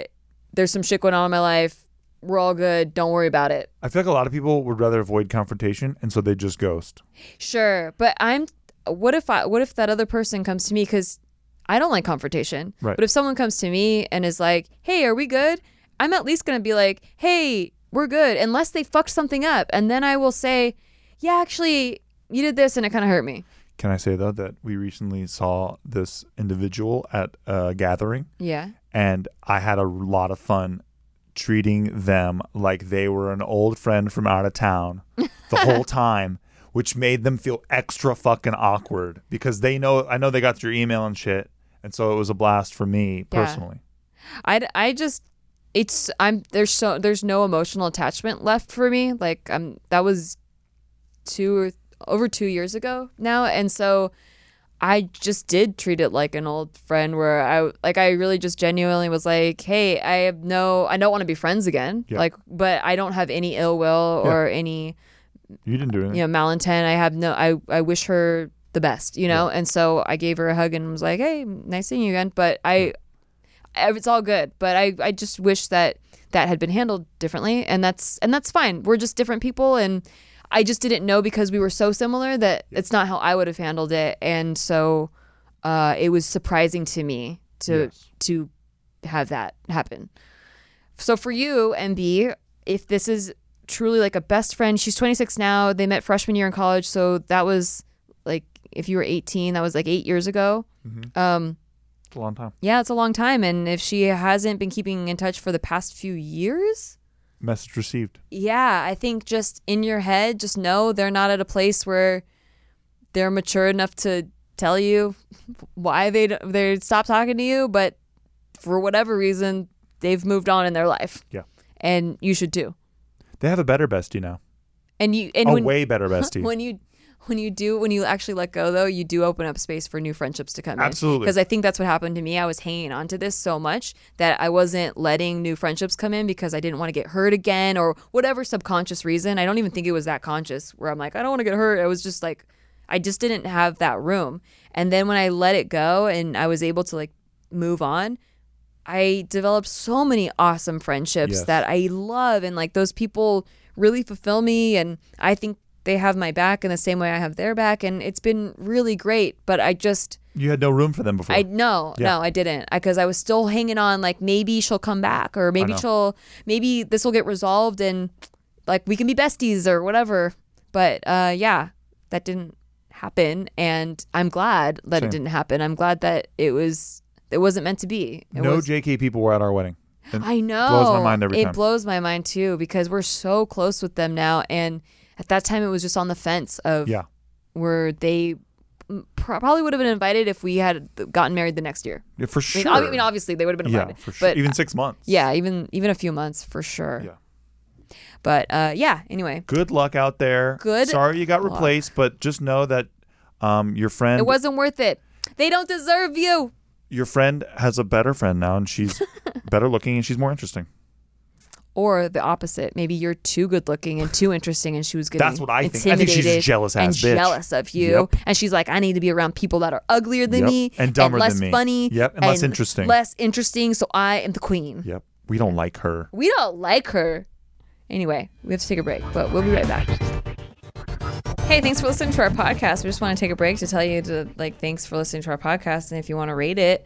Speaker 2: there's some shit going on in my life. We're all good. Don't worry about it.
Speaker 1: I feel like a lot of people would rather avoid confrontation, and so they just ghost.
Speaker 2: Sure, but I'm. What if I? What if that other person comes to me because I don't like confrontation.
Speaker 1: Right.
Speaker 2: But if someone comes to me and is like, "Hey, are we good?" I'm at least gonna be like, "Hey, we're good," unless they fucked something up, and then I will say, "Yeah, actually, you did this, and it kind of hurt me."
Speaker 1: Can I say though that we recently saw this individual at a gathering,
Speaker 2: Yeah.
Speaker 1: and I had a lot of fun treating them like they were an old friend from out of town the
Speaker 2: <laughs>
Speaker 1: whole time, which made them feel extra fucking awkward because they know I know they got your email and shit, and so it was a blast for me personally.
Speaker 2: I, I just it's I'm there's so there's no emotional attachment left for me. Like I'm that was two or over two years ago now, and so I just did treat it like an old friend. Where I like I really just genuinely was like, hey, I have no, I don't want to be friends again.
Speaker 1: Yeah.
Speaker 2: Like, but I don't have any ill will or any
Speaker 1: You didn't do anything.
Speaker 2: you know malintent i have no i i wish her the best you know and so i gave her a hug and was like hey nice seeing you again but i I- it's all good but i i just wish that that had been handled differently and that's and that's fine we're just different people and i just didn't know because we were so similar that it's not how i would have handled it and so uh it was surprising to me to to have that happen so for you, MB, if this is truly like a best friend, she's 26 now. They met freshman year in college, so that was like if you were 18, that was like eight years ago. Um,
Speaker 1: It's a long time.
Speaker 2: yeah, it's a long time. And if she hasn't been keeping in touch for the past few years,
Speaker 1: Message received.
Speaker 2: yeah, I think just in your head, just know they're not at a place where they're mature enough to tell you why they they stop talking to you, but for whatever reason, they've moved on in their life.
Speaker 1: Yeah.
Speaker 2: and you should too.
Speaker 1: They have a better bestie now.
Speaker 2: And you and
Speaker 1: a
Speaker 2: <laughs> when,
Speaker 1: way better bestie.
Speaker 2: when you when you do when you actually let go though, you do open up space for new friendships to come in.
Speaker 1: Absolutely.
Speaker 2: Because I think that's what happened to me. I was hanging on to this so much that I wasn't letting new friendships come in because I didn't want to get hurt again or whatever subconscious reason. I don't even think it was that conscious where I'm like, I don't want to get hurt. I was just like I just didn't have that room. And then when I let it go and I was able to like move on, I developed so many awesome friendships
Speaker 1: Yes.
Speaker 2: that I love and like those people really fulfill me and I think they have my back in the same way I have their back and it's been really great but I just
Speaker 1: You had no room for them before.
Speaker 2: I no,
Speaker 1: Yeah.
Speaker 2: no, I didn't because I, was still hanging on. Like maybe she'll come back, or maybe
Speaker 1: know.
Speaker 2: she'll, maybe this will get resolved, and like we can be besties or whatever. But uh, yeah, that didn't happen, and I'm glad that
Speaker 1: Same.
Speaker 2: it didn't happen. I'm glad that it was it wasn't meant to be. It
Speaker 1: no
Speaker 2: was,
Speaker 1: JK people were at our wedding. And
Speaker 2: I know.
Speaker 1: blows my mind every
Speaker 2: it
Speaker 1: time.
Speaker 2: blows my mind too because we're so close with them now, and at that time it was just on the fence of
Speaker 1: Yeah.
Speaker 2: where they m- pro- probably would have been invited if we had gotten married the next year.
Speaker 1: Yeah, for
Speaker 2: I
Speaker 1: sure.
Speaker 2: mean, ob- I mean, obviously they would have been
Speaker 1: yeah,
Speaker 2: invited,
Speaker 1: for sure.
Speaker 2: but uh,
Speaker 1: Even six months.
Speaker 2: yeah, even even a few months for sure.
Speaker 1: Yeah.
Speaker 2: But uh, yeah, anyway,
Speaker 1: Good luck out there.
Speaker 2: Good
Speaker 1: Sorry you got
Speaker 2: luck.
Speaker 1: replaced, but just know that um, your friend
Speaker 2: it wasn't worth it. They don't deserve you.
Speaker 1: your friend has a better friend now, and
Speaker 2: <laughs>
Speaker 1: she's better looking and she's more interesting.
Speaker 2: Or the opposite. Maybe you're too good looking and too interesting, and she was getting
Speaker 1: That's what I think. I think
Speaker 2: intimidated
Speaker 1: she's a jealous
Speaker 2: and
Speaker 1: ass bitch.
Speaker 2: jealous of you,
Speaker 1: Yep.
Speaker 2: and she's like, I need to be around people that are uglier than
Speaker 1: Yep.
Speaker 2: me
Speaker 1: And dumber
Speaker 2: less
Speaker 1: than me.
Speaker 2: funny,
Speaker 1: Yep, and less interesting.
Speaker 2: less interesting. So I am the queen.
Speaker 1: Yep. We don't like her.
Speaker 2: We don't like her. Anyway, we have to take a break, but we'll be right back. Hey, thanks for listening to our podcast. We just want to take a break to tell you to like thanks for listening to our podcast and if you want to rate it,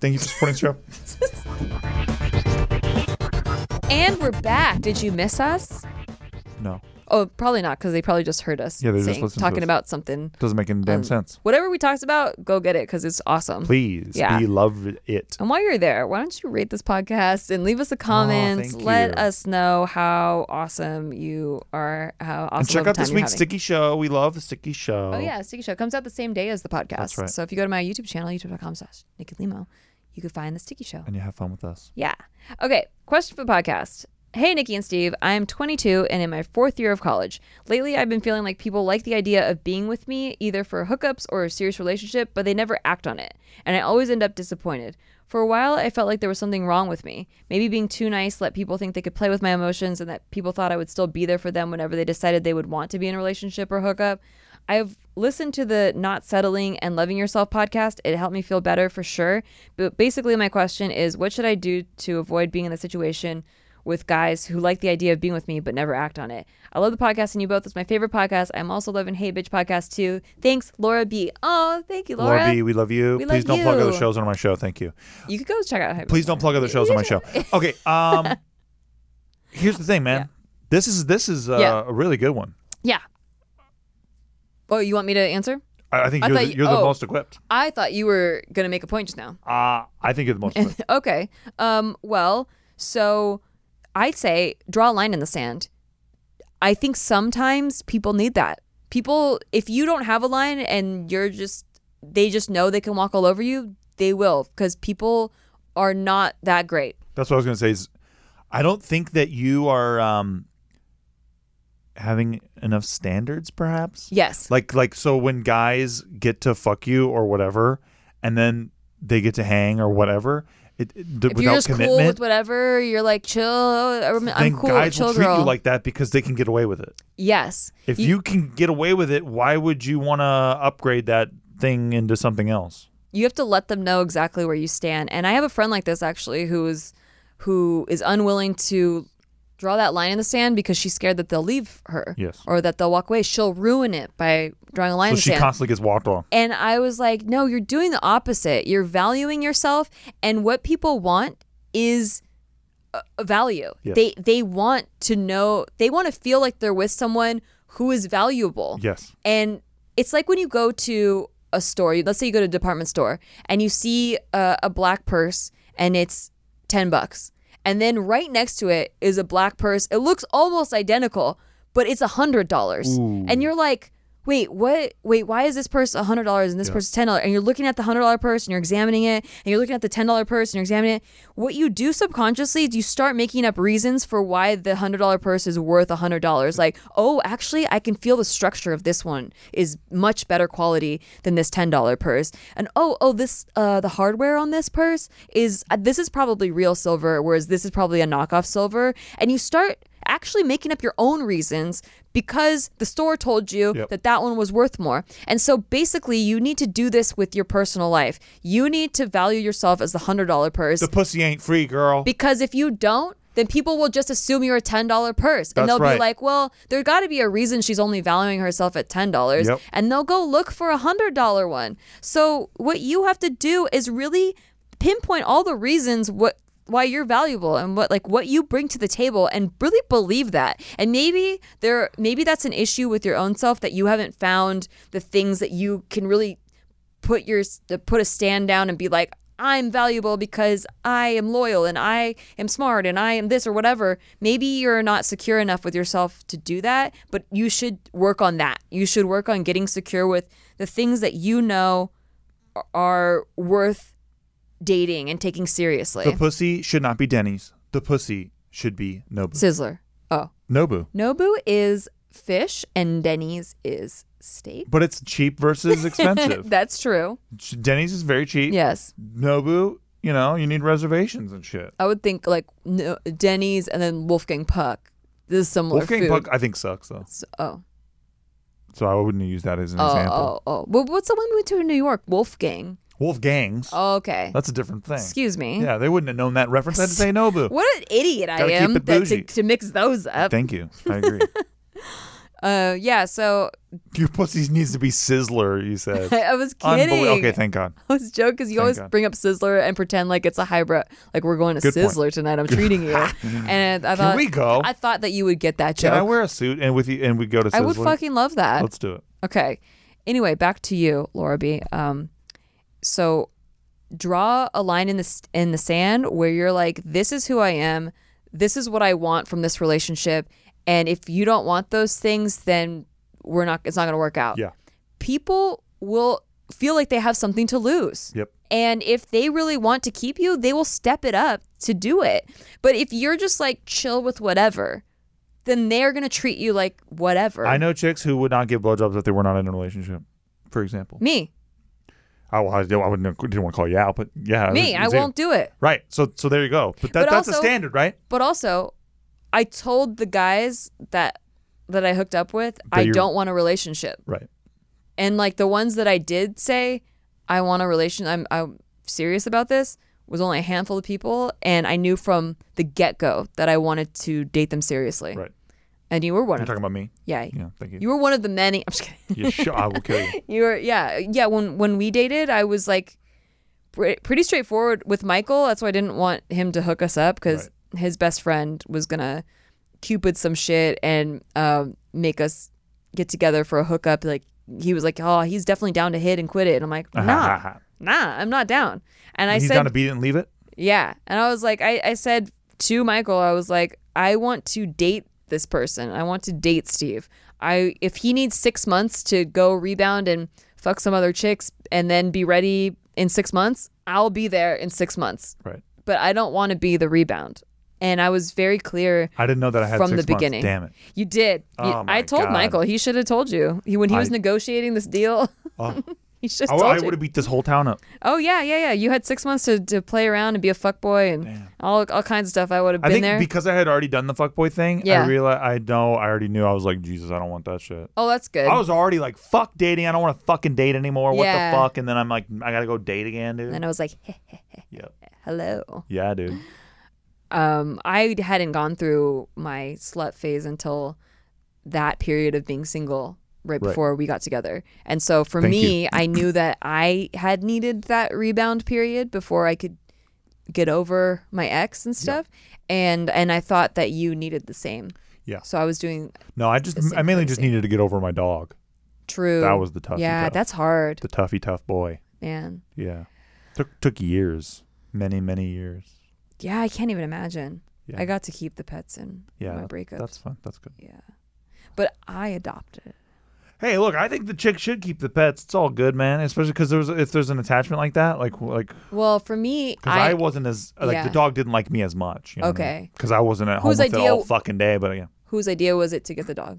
Speaker 1: Thank you for supporting the show.
Speaker 2: And we're back. Did you miss us?
Speaker 1: <laughs> No,
Speaker 2: Oh, probably not cuz they probably just heard us
Speaker 1: Yeah, they just
Speaker 2: saying-
Speaker 1: listened to
Speaker 2: talking
Speaker 1: us.
Speaker 2: about something.
Speaker 1: doesn't make any damn
Speaker 2: Um,
Speaker 1: sense.
Speaker 2: Whatever we talked about, go get it cuz it's awesome.
Speaker 1: Please,
Speaker 2: Yeah.
Speaker 1: we love it.
Speaker 2: And while you're there, why don't you rate this podcast and leave us a comment?
Speaker 1: thank
Speaker 2: Let
Speaker 1: you.
Speaker 2: us know how awesome you are, how awesome.
Speaker 1: And check
Speaker 2: of a
Speaker 1: out this
Speaker 2: time you're
Speaker 1: week's
Speaker 2: having.
Speaker 1: Sticky Show. We love the Sticky Show.
Speaker 2: Oh yeah, Sticky Show comes out the same day as the podcast.
Speaker 1: That's right.
Speaker 2: So if you go to my YouTube channel, youtube.com/slash Nikki Limo, you can find the Sticky Show.
Speaker 1: And you have fun with us.
Speaker 2: Yeah. Okay. Question for the podcast. Hey, Nikki and Steve. I am 22 and in my fourth year of college. Lately, I've been feeling like people like the idea of being with me, either for hookups or a serious relationship, but they never act on it. And I always end up disappointed. For a while, I felt like there was something wrong with me. Maybe being too nice let people think they could play with my emotions and that people thought I would still be there for them whenever they decided they would want to be in a relationship or hookup. I've listened to the Not Settling and Loving Yourself podcast. It helped me feel better for sure. But basically, my question is what should I do to avoid being in the situation with guys who like the idea of being with me but never act on it? I love the podcast and you both. It's my favorite podcast. I'm also loving Hey Bitch podcast too. Thanks, Laura B. Oh, thank you, Laura.
Speaker 1: Laura B, we love you.
Speaker 2: we
Speaker 1: Please
Speaker 2: love
Speaker 1: don't plug other
Speaker 2: you.
Speaker 1: shows on my show. Thank you.
Speaker 2: You could go check out Hey Bitch.
Speaker 1: Please don't plug other shows on my show.
Speaker 2: <laughs>
Speaker 1: Okay. Um, here's the thing, man. This is this is uh,
Speaker 2: Yeah.
Speaker 1: a really good one.
Speaker 2: Yeah. Oh, you want me to answer?
Speaker 1: I, I think
Speaker 2: I
Speaker 1: you're,
Speaker 2: thought
Speaker 1: the,
Speaker 2: you-
Speaker 1: you're the
Speaker 2: oh.
Speaker 1: most equipped.
Speaker 2: I thought you were going to make a point just now.
Speaker 1: Uh, I think you're the most
Speaker 2: <laughs>
Speaker 1: equipped.
Speaker 2: Okay. Um, well, so I'd say draw a line in the sand. I think sometimes people need that. People, if you don't have a line and you're just, they just know they can walk all over you, they will because people are not that great.
Speaker 1: That's what I was gonna say. Is I don't think that you are um, having enough standards, perhaps.
Speaker 2: Yes.
Speaker 1: Like like so when guys get to fuck you or whatever, and then they get to hang or whatever, it, it-
Speaker 2: if
Speaker 1: without
Speaker 2: you're just
Speaker 1: commitment,
Speaker 2: cool with whatever, you're like, chill, I'm, I'm
Speaker 1: then
Speaker 2: cool,
Speaker 1: guys
Speaker 2: chill
Speaker 1: will treat
Speaker 2: girl.
Speaker 1: you like that because they can get away with it.
Speaker 2: yes.
Speaker 1: If you, can get away with it, why would you want to upgrade that thing into something else?
Speaker 2: you have to let them know exactly where you stand. And I have a friend like this actually who is who is unwilling to draw that line in the sand because she's scared that they'll leave her
Speaker 1: Yes.
Speaker 2: or that they'll walk away. She'll ruin it by drawing a line in
Speaker 1: So
Speaker 2: the
Speaker 1: she
Speaker 2: sand.
Speaker 1: constantly gets walked on.
Speaker 2: And I was like, no, you're doing the opposite. You're valuing yourself, and what people want is a value.
Speaker 1: Yes.
Speaker 2: They they want to know. They want to feel like they're with someone who is valuable.
Speaker 1: Yes.
Speaker 2: And it's like when you go to a store. Let's say you go to a department store and you see a, a black purse, and it's ten bucks. And then right next to it is a black purse. It looks almost identical, but it's a hundred dollars. And you're like, wait, what? Wait, why is this purse hundred dollars and this purse ten dollars? And you're looking at the hundred dollar purse and you're examining it, and you're looking at the ten dollar purse and you're examining it. What you do subconsciously is you start making up reasons for why the hundred dollar purse is worth hundred dollars. Like, oh, actually, I can feel the structure of this one is much better quality than this ten dollar purse. And oh, oh, this uh, the hardware on this purse is uh, this is probably real silver, whereas this is probably a knockoff silver. And you start actually making up your own reasons because the store told you
Speaker 1: Yep.
Speaker 2: that that one was worth more. And so basically, you need to do this with your personal life. You need to value yourself as the $100 purse
Speaker 1: The pussy ain't free, girl.
Speaker 2: because if you don't, then people will just assume you're a $10 purse. And
Speaker 1: That's
Speaker 2: they'll be
Speaker 1: right.
Speaker 2: like, well, there got to be a reason she's only valuing herself at $10.
Speaker 1: Yep.
Speaker 2: And they'll go look for a $100 one. So what you have to do is really pinpoint all the reasons what why you're valuable and what like what you bring to the table and really believe that. And maybe there maybe that's an issue with your own self that you haven't found the things that you can really put your to put a stand down and be like I'm valuable because I am loyal and I am smart and I am this or whatever. Maybe you're not secure enough with yourself to do that, but you should work on that. You should work on getting secure with the things that you know are- are worth dating and taking seriously.
Speaker 1: The pussy should not be Denny's. The pussy should be Nobu.
Speaker 2: Sizzler. Oh.
Speaker 1: Nobu.
Speaker 2: Nobu is fish and Denny's is steak.
Speaker 1: But it's cheap
Speaker 2: <laughs>
Speaker 1: versus expensive.
Speaker 2: That's true.
Speaker 1: Denny's is very cheap.
Speaker 2: Yes.
Speaker 1: Nobu, you know, you need reservations and shit.
Speaker 2: I would think like no, Denny's and then Wolfgang Puck. This is similar
Speaker 1: Wolfgang
Speaker 2: food.
Speaker 1: Puck, I think, sucks though.
Speaker 2: So- oh,
Speaker 1: So I wouldn't use that as an
Speaker 2: oh,
Speaker 1: example.
Speaker 2: oh, oh. Well, what's the one we went to in New York? Wolfgang.
Speaker 1: Wolfgangs.
Speaker 2: Oh, okay.
Speaker 1: That's a different thing.
Speaker 2: Excuse me.
Speaker 1: Yeah, they wouldn't have known that reference. I had to say Nobu.
Speaker 2: What an idiot I
Speaker 1: Gotta keep
Speaker 2: am
Speaker 1: it
Speaker 2: that to,
Speaker 1: bougie.
Speaker 2: to mix those up.
Speaker 1: Thank you. I agree.
Speaker 2: Uh, yeah. So
Speaker 1: Your pussy needs to be Sizzler, you said.
Speaker 2: I was <laughs> kidding.
Speaker 1: Unbelie- Okay, thank God.
Speaker 2: <laughs> I was joking because you always
Speaker 1: God.
Speaker 2: bring up Sizzler and pretend like it's a hybrid. Like we're going to
Speaker 1: Good point.
Speaker 2: Sizzler tonight. I'm
Speaker 1: <laughs>
Speaker 2: treating you. and I thought
Speaker 1: we go?
Speaker 2: I thought that you would get that joke.
Speaker 1: Can I wear a suit and with you and we go to Sizzler?
Speaker 2: I would fucking love that.
Speaker 1: Let's do it.
Speaker 2: Okay. Anyway, back to you, Laura B. Um, so draw a line in the s- in the sand where you're like, this is who I am. This is what I want from this relationship. And if you don't want those things, then we're not. It's not going to work out.
Speaker 1: Yeah.
Speaker 2: People will feel like they have something to lose.
Speaker 1: Yep.
Speaker 2: And if they really want to keep you, they will step it up to do it. But if you're just like chill with whatever, then they're going to treat you like whatever.
Speaker 1: I know chicks who would not give blowjobs if they were not in a relationship. For example,
Speaker 2: Me.
Speaker 1: I, well, I, don't- I wouldn't didn't want to call you out, but yeah,
Speaker 2: Me, I
Speaker 1: it's you.
Speaker 2: won't do it.
Speaker 1: Right. So so there you go. But, that,
Speaker 2: But
Speaker 1: that's a
Speaker 2: also-
Speaker 1: standard, right?
Speaker 2: But also, I told the guys that that I hooked up with, I
Speaker 1: you're-
Speaker 2: don't want a relationship.
Speaker 1: Right.
Speaker 2: And like the ones that I did say, I want a relation. I'm I'm serious about this. Was only a handful of people, and I knew from the get go that I wanted to date them seriously.
Speaker 1: Right.
Speaker 2: And you were one
Speaker 1: You're
Speaker 2: of them.
Speaker 1: talking about me.
Speaker 2: Yeah.
Speaker 1: Yeah. Thank you.
Speaker 2: You were one of the many. I'm just kidding.
Speaker 1: you sure? I will kill
Speaker 2: <laughs>
Speaker 1: you. <laughs>
Speaker 2: You were, yeah, yeah. When when we dated, I was like pre- pretty straightforward with Michael. That's why I didn't want him to hook us up because his best friend was gonna cupid some shit and um, make us get together for a hookup. Like he was like, oh, he's definitely down to hit and quit it. And
Speaker 1: <laughs>
Speaker 2: I'm like, nah, nah, I'm not down. And I
Speaker 1: He's
Speaker 2: said,
Speaker 1: down to beat it and leave it.
Speaker 2: yeah. And I was like, I, I said to Michael, I was like, I want to date this person. I want to date Steve. I if he needs six months to go rebound and fuck some other chicks and then be ready in six months, I'll be there in six months.
Speaker 1: Right.
Speaker 2: But I don't want to be the rebound. And I was very clear.
Speaker 1: I didn't know that I had
Speaker 2: From
Speaker 1: six
Speaker 2: the
Speaker 1: months.
Speaker 2: beginning. <laughs>
Speaker 1: Damn it.
Speaker 2: You did. You-
Speaker 1: Oh my
Speaker 2: I told
Speaker 1: God.
Speaker 2: Michael. He should have told you. He when he was
Speaker 1: I-
Speaker 2: negotiating this deal. <laughs>
Speaker 1: Oh.
Speaker 2: he should
Speaker 1: I,
Speaker 2: have told you.
Speaker 1: would have beat this whole town up.
Speaker 2: Oh yeah, yeah, yeah. You had six months to, to play around and be a fuckboy and all all kinds of stuff. I would have
Speaker 1: I
Speaker 2: been
Speaker 1: think
Speaker 2: there.
Speaker 1: because I had already done the fuckboy thing,
Speaker 2: Yeah.
Speaker 1: I realized I know I already knew I was like, Jesus, I don't want that shit.
Speaker 2: oh, that's good.
Speaker 1: I was already like, fuck dating. I don't want to fucking date anymore. What
Speaker 2: Yeah.
Speaker 1: the fuck? And then I'm like, I gotta go date again, dude.
Speaker 2: and then I was like, <laughs>
Speaker 1: yeah.
Speaker 2: hello.
Speaker 1: Yeah,
Speaker 2: <laughs>
Speaker 1: dude.
Speaker 2: Um, I hadn't gone through my slut phase until that period of being single
Speaker 1: Right.
Speaker 2: right before we got together. And so for
Speaker 1: Thank
Speaker 2: me, I knew that I had needed that rebound period before I could get over my ex and stuff. And and I thought that you needed the same.
Speaker 1: Yeah.
Speaker 2: So I was doing
Speaker 1: No, I just
Speaker 2: It's
Speaker 1: I mainly just
Speaker 2: crazy.
Speaker 1: needed to get over my dog.
Speaker 2: true.
Speaker 1: That was the toughie
Speaker 2: Yeah,
Speaker 1: tough.
Speaker 2: that's hard,
Speaker 1: The toughy tough boy.
Speaker 2: man.
Speaker 1: Yeah. Took took years. Many, many years.
Speaker 2: Yeah, I can't even imagine.
Speaker 1: Yeah.
Speaker 2: I got to keep the pets in
Speaker 1: Yeah.
Speaker 2: my
Speaker 1: that-
Speaker 2: breakups.
Speaker 1: That's fun. That's good.
Speaker 2: Yeah. But I adopted.
Speaker 1: hey, look, I think the chick should keep the pets. It's all good, man. Especially because there's if there's an attachment like that, like like
Speaker 2: Well, for me,
Speaker 1: because I,
Speaker 2: I,
Speaker 1: wasn't as uh, like
Speaker 2: Yeah.
Speaker 1: the dog didn't like me as much. You know
Speaker 2: Okay.
Speaker 1: Because I wasn't at home
Speaker 2: Whose
Speaker 1: with it
Speaker 2: idea-
Speaker 1: all fucking day, but yeah,
Speaker 2: whose idea was it to get the dog?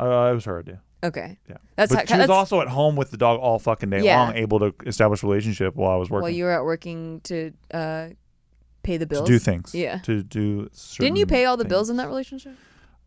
Speaker 1: uh, it was her idea.
Speaker 2: Okay.
Speaker 1: Yeah.
Speaker 2: That's
Speaker 1: but
Speaker 2: how-
Speaker 1: she was
Speaker 2: that's-
Speaker 1: also at home with the dog all fucking day
Speaker 2: Yeah.
Speaker 1: long, able to establish a relationship while I was working.
Speaker 2: While you were out working to uh, pay the
Speaker 1: to
Speaker 2: bills.
Speaker 1: do things.
Speaker 2: Yeah.
Speaker 1: To do. Certain
Speaker 2: Didn't you pay all the
Speaker 1: things.
Speaker 2: bills in that relationship?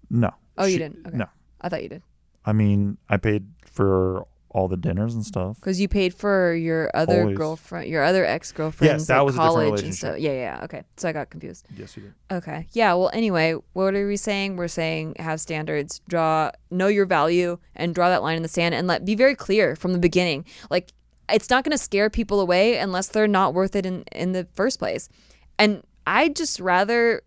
Speaker 1: No.
Speaker 2: Oh, you
Speaker 1: She-
Speaker 2: didn't. Okay.
Speaker 1: No.
Speaker 2: I thought you did.
Speaker 1: I mean, I paid for all the dinners and stuff.
Speaker 2: Because you paid for your other
Speaker 1: Always.
Speaker 2: girlfriend, your other ex girlfriend.
Speaker 1: Yes, that was a different
Speaker 2: college and
Speaker 1: relationship.
Speaker 2: stuff. Yeah, yeah. yeah. Okay, so I got confused.
Speaker 1: Yes, you did.
Speaker 2: Okay, yeah. Well, anyway, what are we saying? We're saying have standards, draw, know your value, and draw that line in the sand, and let be very clear from the beginning. Like, it's not going to scare people away unless they're not worth it in in the first place. And I just rather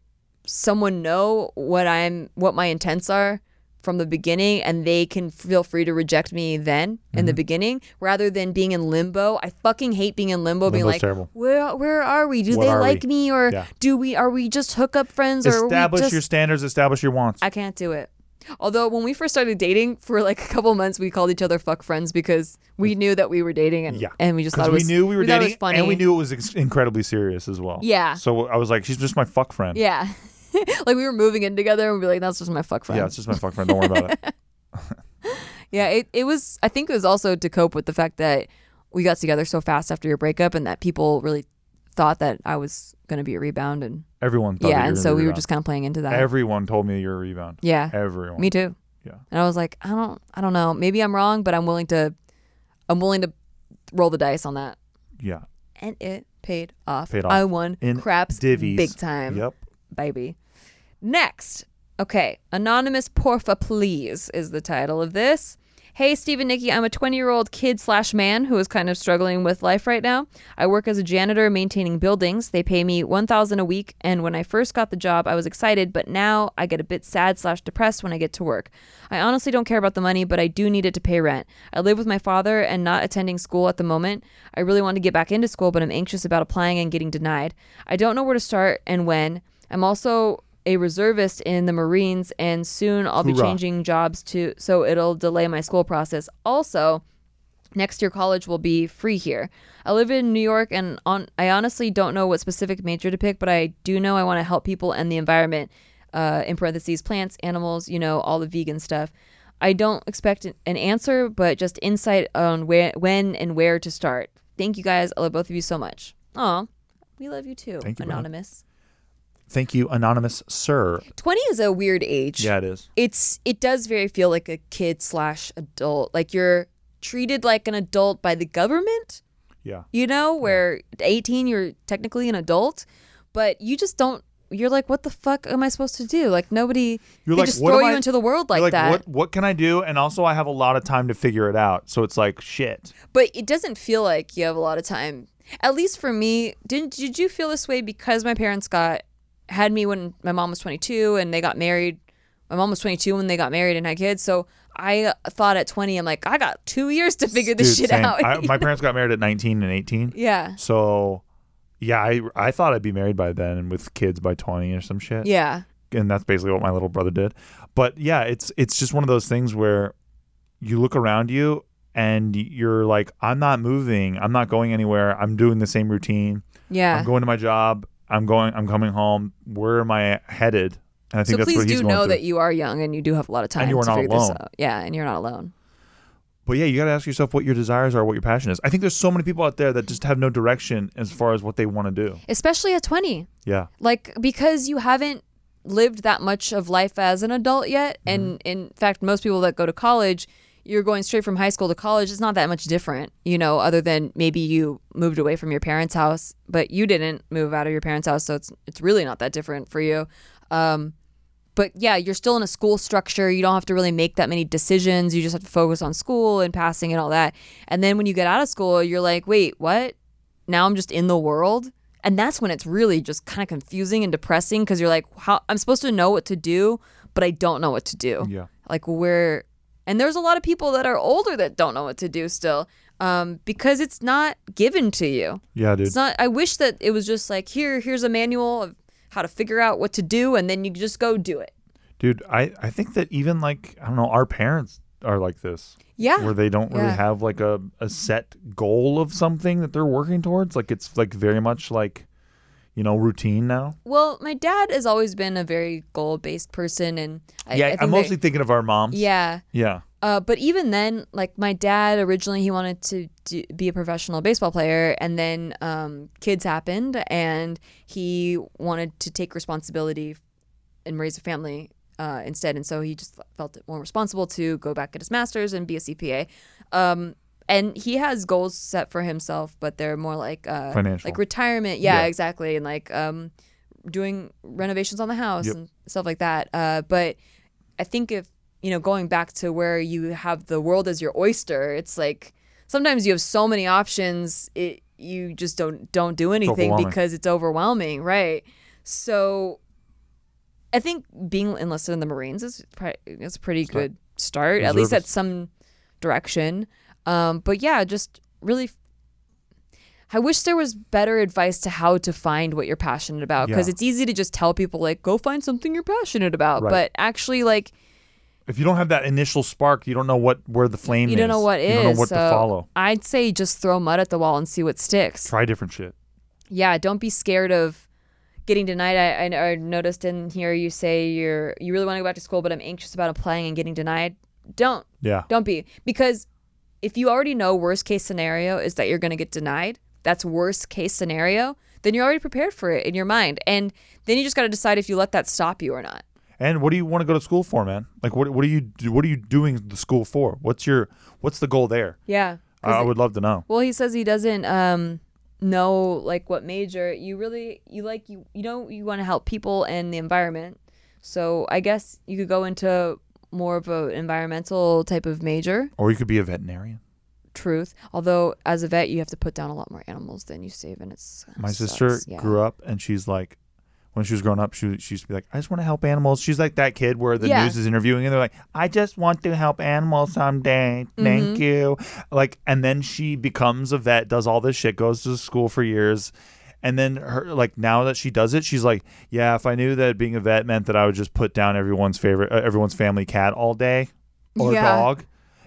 Speaker 2: someone know what I'm what my intents are from the beginning and they can feel free to reject me then in
Speaker 1: Mm-hmm.
Speaker 2: the beginning rather than being in limbo. I fucking hate being in limbo being
Speaker 1: Limbo's
Speaker 2: like
Speaker 1: terrible.
Speaker 2: where where are we? Do
Speaker 1: What
Speaker 2: they
Speaker 1: are
Speaker 2: like
Speaker 1: we?"
Speaker 2: me or
Speaker 1: Yeah.
Speaker 2: do we are we just hookup friends or are we
Speaker 1: Establish
Speaker 2: just
Speaker 1: your standards. Establish your wants.
Speaker 2: I can't do it. Although when we first started dating for like a couple months we called each other fuck friends because we knew that we were dating and
Speaker 1: yeah.
Speaker 2: and we just thought
Speaker 1: Because
Speaker 2: it was
Speaker 1: we knew we were
Speaker 2: thought it was
Speaker 1: dating,
Speaker 2: funny.
Speaker 1: and we knew it was ex- incredibly serious as well.
Speaker 2: Yeah.
Speaker 1: So I was like, she's just my fuck friend.
Speaker 2: Yeah. <laughs> like we were moving in together and we'd be like that's just my fuck friend.
Speaker 1: Yeah, it's just my fuck friend. Don't worry about it.
Speaker 2: Yeah, it, it was. I think it was also to cope with the fact that we got together so fast after your breakup, and that people really thought that I was going to be a rebound, and
Speaker 1: Everyone. Thought
Speaker 2: yeah,
Speaker 1: that you
Speaker 2: and
Speaker 1: a
Speaker 2: so we were
Speaker 1: rebound.
Speaker 2: just kind of playing into that.
Speaker 1: Everyone told me you're a rebound.
Speaker 2: yeah,
Speaker 1: Everyone.
Speaker 2: me too.
Speaker 1: Yeah.
Speaker 2: And I was like, I don't, I don't know. Maybe I'm wrong, but I'm willing to, I'm willing to roll the dice on that,
Speaker 1: Yeah.
Speaker 2: and it paid off.
Speaker 1: Paid off.
Speaker 2: I won
Speaker 1: In
Speaker 2: craps
Speaker 1: divvies.
Speaker 2: big time.
Speaker 1: Yep.
Speaker 2: baby. Next, okay, anonymous porfa please is the title of this. Hey, Steve and Nikki, I'm a 20 year old kid slash man who is kind of struggling with life right now. I work as a janitor maintaining buildings. They pay me 1000 a week, and when I first got the job, I was excited, but now I get a bit sad slash depressed when I get to work. I honestly don't care about the money, but I do need it to pay rent. I live with my father and not attending school at the moment. I really want to get back into school, but I'm anxious about applying and getting denied. I don't know where to start and when. I'm also a reservist in the Marines, and soon I'll be
Speaker 1: Hoorah.
Speaker 2: changing jobs to so it'll delay my school process. Also, next year college will be free here. I live in New York, and on I honestly don't know what specific major to pick, but I do know I want to help people and the environment. Uh, in parentheses, plants, animals, you know, all the vegan stuff. I don't expect an an answer, but just insight on where, when, and where to start. Thank you guys. I love both of you so much. Aw, we love you too,
Speaker 1: Thank you, man.
Speaker 2: anonymous.
Speaker 1: Thank you, anonymous sir.
Speaker 2: 20 is a weird age.
Speaker 1: Yeah, it is.
Speaker 2: It's it does very feel like a kid slash adult. Like you're treated like an adult by the government,
Speaker 1: Yeah.
Speaker 2: you know, where at 18 you're technically an adult, but you just don't you're like, what the fuck am I supposed to do? Like nobody
Speaker 1: You're
Speaker 2: they
Speaker 1: like,
Speaker 2: just
Speaker 1: what
Speaker 2: throw
Speaker 1: am
Speaker 2: you
Speaker 1: I-
Speaker 2: into the world like,
Speaker 1: You're like,
Speaker 2: that.
Speaker 1: what what can I do? And also, I have a lot of time to figure it out. So it's like shit.
Speaker 2: But it doesn't feel like you have a lot of time. At least for me, didn't did you feel this way because my parents got had me when my mom was 22 and they got married. My mom was 22 when they got married and had kids. So I thought at 20, I'm like, I got two years to figure this
Speaker 1: Dude,
Speaker 2: shit
Speaker 1: same.
Speaker 2: out.
Speaker 1: I, my parents got married at 19 and 18.
Speaker 2: <laughs> yeah,
Speaker 1: So, yeah, I I thought I'd be married by then and with kids by 20 or some shit.
Speaker 2: yeah,
Speaker 1: And that's basically what my little brother did. But yeah, it's it's just one of those things where you look around you and you're like, I'm not moving. I'm not going anywhere. I'm doing the same routine.
Speaker 2: yeah.
Speaker 1: I'm going to my job. I'm going. I'm coming home. Where am I headed? And I think
Speaker 2: So
Speaker 1: that's
Speaker 2: please
Speaker 1: what he's
Speaker 2: do
Speaker 1: going
Speaker 2: know
Speaker 1: through.
Speaker 2: that you are young and you do have a lot of time
Speaker 1: you are
Speaker 2: to
Speaker 1: not
Speaker 2: figure
Speaker 1: alone.
Speaker 2: this out. Yeah, and you're not alone.
Speaker 1: But yeah, you got to ask yourself what your desires are, what your passion is. I think there's so many people out there that just have no direction as far as what they want to do.
Speaker 2: Especially at 20.
Speaker 1: Yeah.
Speaker 2: like because you haven't lived that much of life as an adult yet and in fact most people that go to college you're going straight from high school to college it's not that much different you know other than maybe you moved away from your parents house but you didn't move out of your parents house so it's it's really not that different for you um but yeah you're still in a school structure you don't have to really make that many decisions you just have to focus on school and passing and all that and then when you get out of school you're like wait what now I'm just in the world. And that's when it's really just kind of confusing and depressing because you're like, how I'm supposed to know what to do, but I don't know what to do.
Speaker 1: Yeah.
Speaker 2: Like where and there's a lot of people that are older that don't know what to do still. Um, because it's not given to you.
Speaker 1: Yeah, dude.
Speaker 2: It's not I wish that it was just like here, here's a manual of how to figure out what to do and then you just go do it.
Speaker 1: Dude, I, I think that even like, I don't know, our parents are like this,
Speaker 2: Yeah.
Speaker 1: where they don't really
Speaker 2: Yeah.
Speaker 1: have like a, a set goal of something that they're working towards. Like it's like very much like, you know, routine now.
Speaker 2: Well, my dad has always been a very goal based person, and I, I
Speaker 1: yeah,
Speaker 2: think
Speaker 1: I am
Speaker 2: that-
Speaker 1: mostly thinking of our moms.
Speaker 2: yeah.
Speaker 1: yeah,
Speaker 2: Uh, but even then, like my dad originally, he wanted to do, be a professional baseball player, and then um, kids happened, and he wanted to take responsibility and raise a family uh, instead. And so he just felt it more responsible to go back get his master's and be a CPA. Um, and he has goals set for himself, but they're more like uh,
Speaker 1: Financial.
Speaker 2: like retirement. Yeah,
Speaker 1: Yeah.
Speaker 2: exactly, and like um, doing renovations on the house
Speaker 1: Yep.
Speaker 2: and stuff like that. Uh, but I think if you know going back to where you have the world as your oyster, it's like sometimes you have so many options, it you just don't don't do anything
Speaker 1: overwhelming.
Speaker 2: because it's overwhelming, right? So I think being enlisted in the Marines is pri- is a pretty good start, at least at
Speaker 1: Reservists.
Speaker 2: some direction. Um, but yeah, just really. I wish there was better advice to how to find what you're passionate about because
Speaker 1: Yeah.
Speaker 2: it's easy to just tell people like go find something you're passionate about,
Speaker 1: Right.
Speaker 2: but actually like
Speaker 1: if you don't have that initial spark, you don't know what where the flame
Speaker 2: you
Speaker 1: is.
Speaker 2: don't know what
Speaker 1: You
Speaker 2: is,
Speaker 1: don't know what
Speaker 2: so
Speaker 1: to follow.
Speaker 2: I'd say just throw mud at the wall and see what sticks.
Speaker 1: Try different shit.
Speaker 2: yeah, don't be scared of getting denied. I, I, I noticed in here you say you're you really want to go back to school, but I'm anxious about applying and getting denied. Don't
Speaker 1: Yeah,
Speaker 2: don't be because if you already know worst case scenario is that you're going to get denied, that's worst case scenario. Then you're already prepared for it in your mind, and then you just got to decide if you let that stop you or not.
Speaker 1: And what do you want to go to school for, man? Like, what what are you do, what are you doing the school for? What's your what's the goal there?
Speaker 2: Yeah.
Speaker 1: I, I would love to know.
Speaker 2: Well, he says he doesn't um know like what major. You really you like you you know you want to help people and the environment. So I guess you could go into more of a environmental type of major.
Speaker 1: Or you could be a veterinarian.
Speaker 2: Truth. Although as a vet, you have to put down a lot more animals than you save, and it's
Speaker 1: My
Speaker 2: sucks.
Speaker 1: sister
Speaker 2: Yeah.
Speaker 1: grew up, and she's like, when she was growing up, she she used to be like, I just want to help animals. She's like that kid where the
Speaker 2: Yeah.
Speaker 1: news is interviewing, and they're like, I just want to help animals someday. Thank
Speaker 2: Mm-hmm.
Speaker 1: you. Like, and then she becomes a vet, does all this shit, goes to school for years. And then her like now that she does it, she's like, yeah. If I knew that being a vet meant that I would just put down everyone's favorite, uh, everyone's family cat all day, or
Speaker 2: Yeah.
Speaker 1: dog.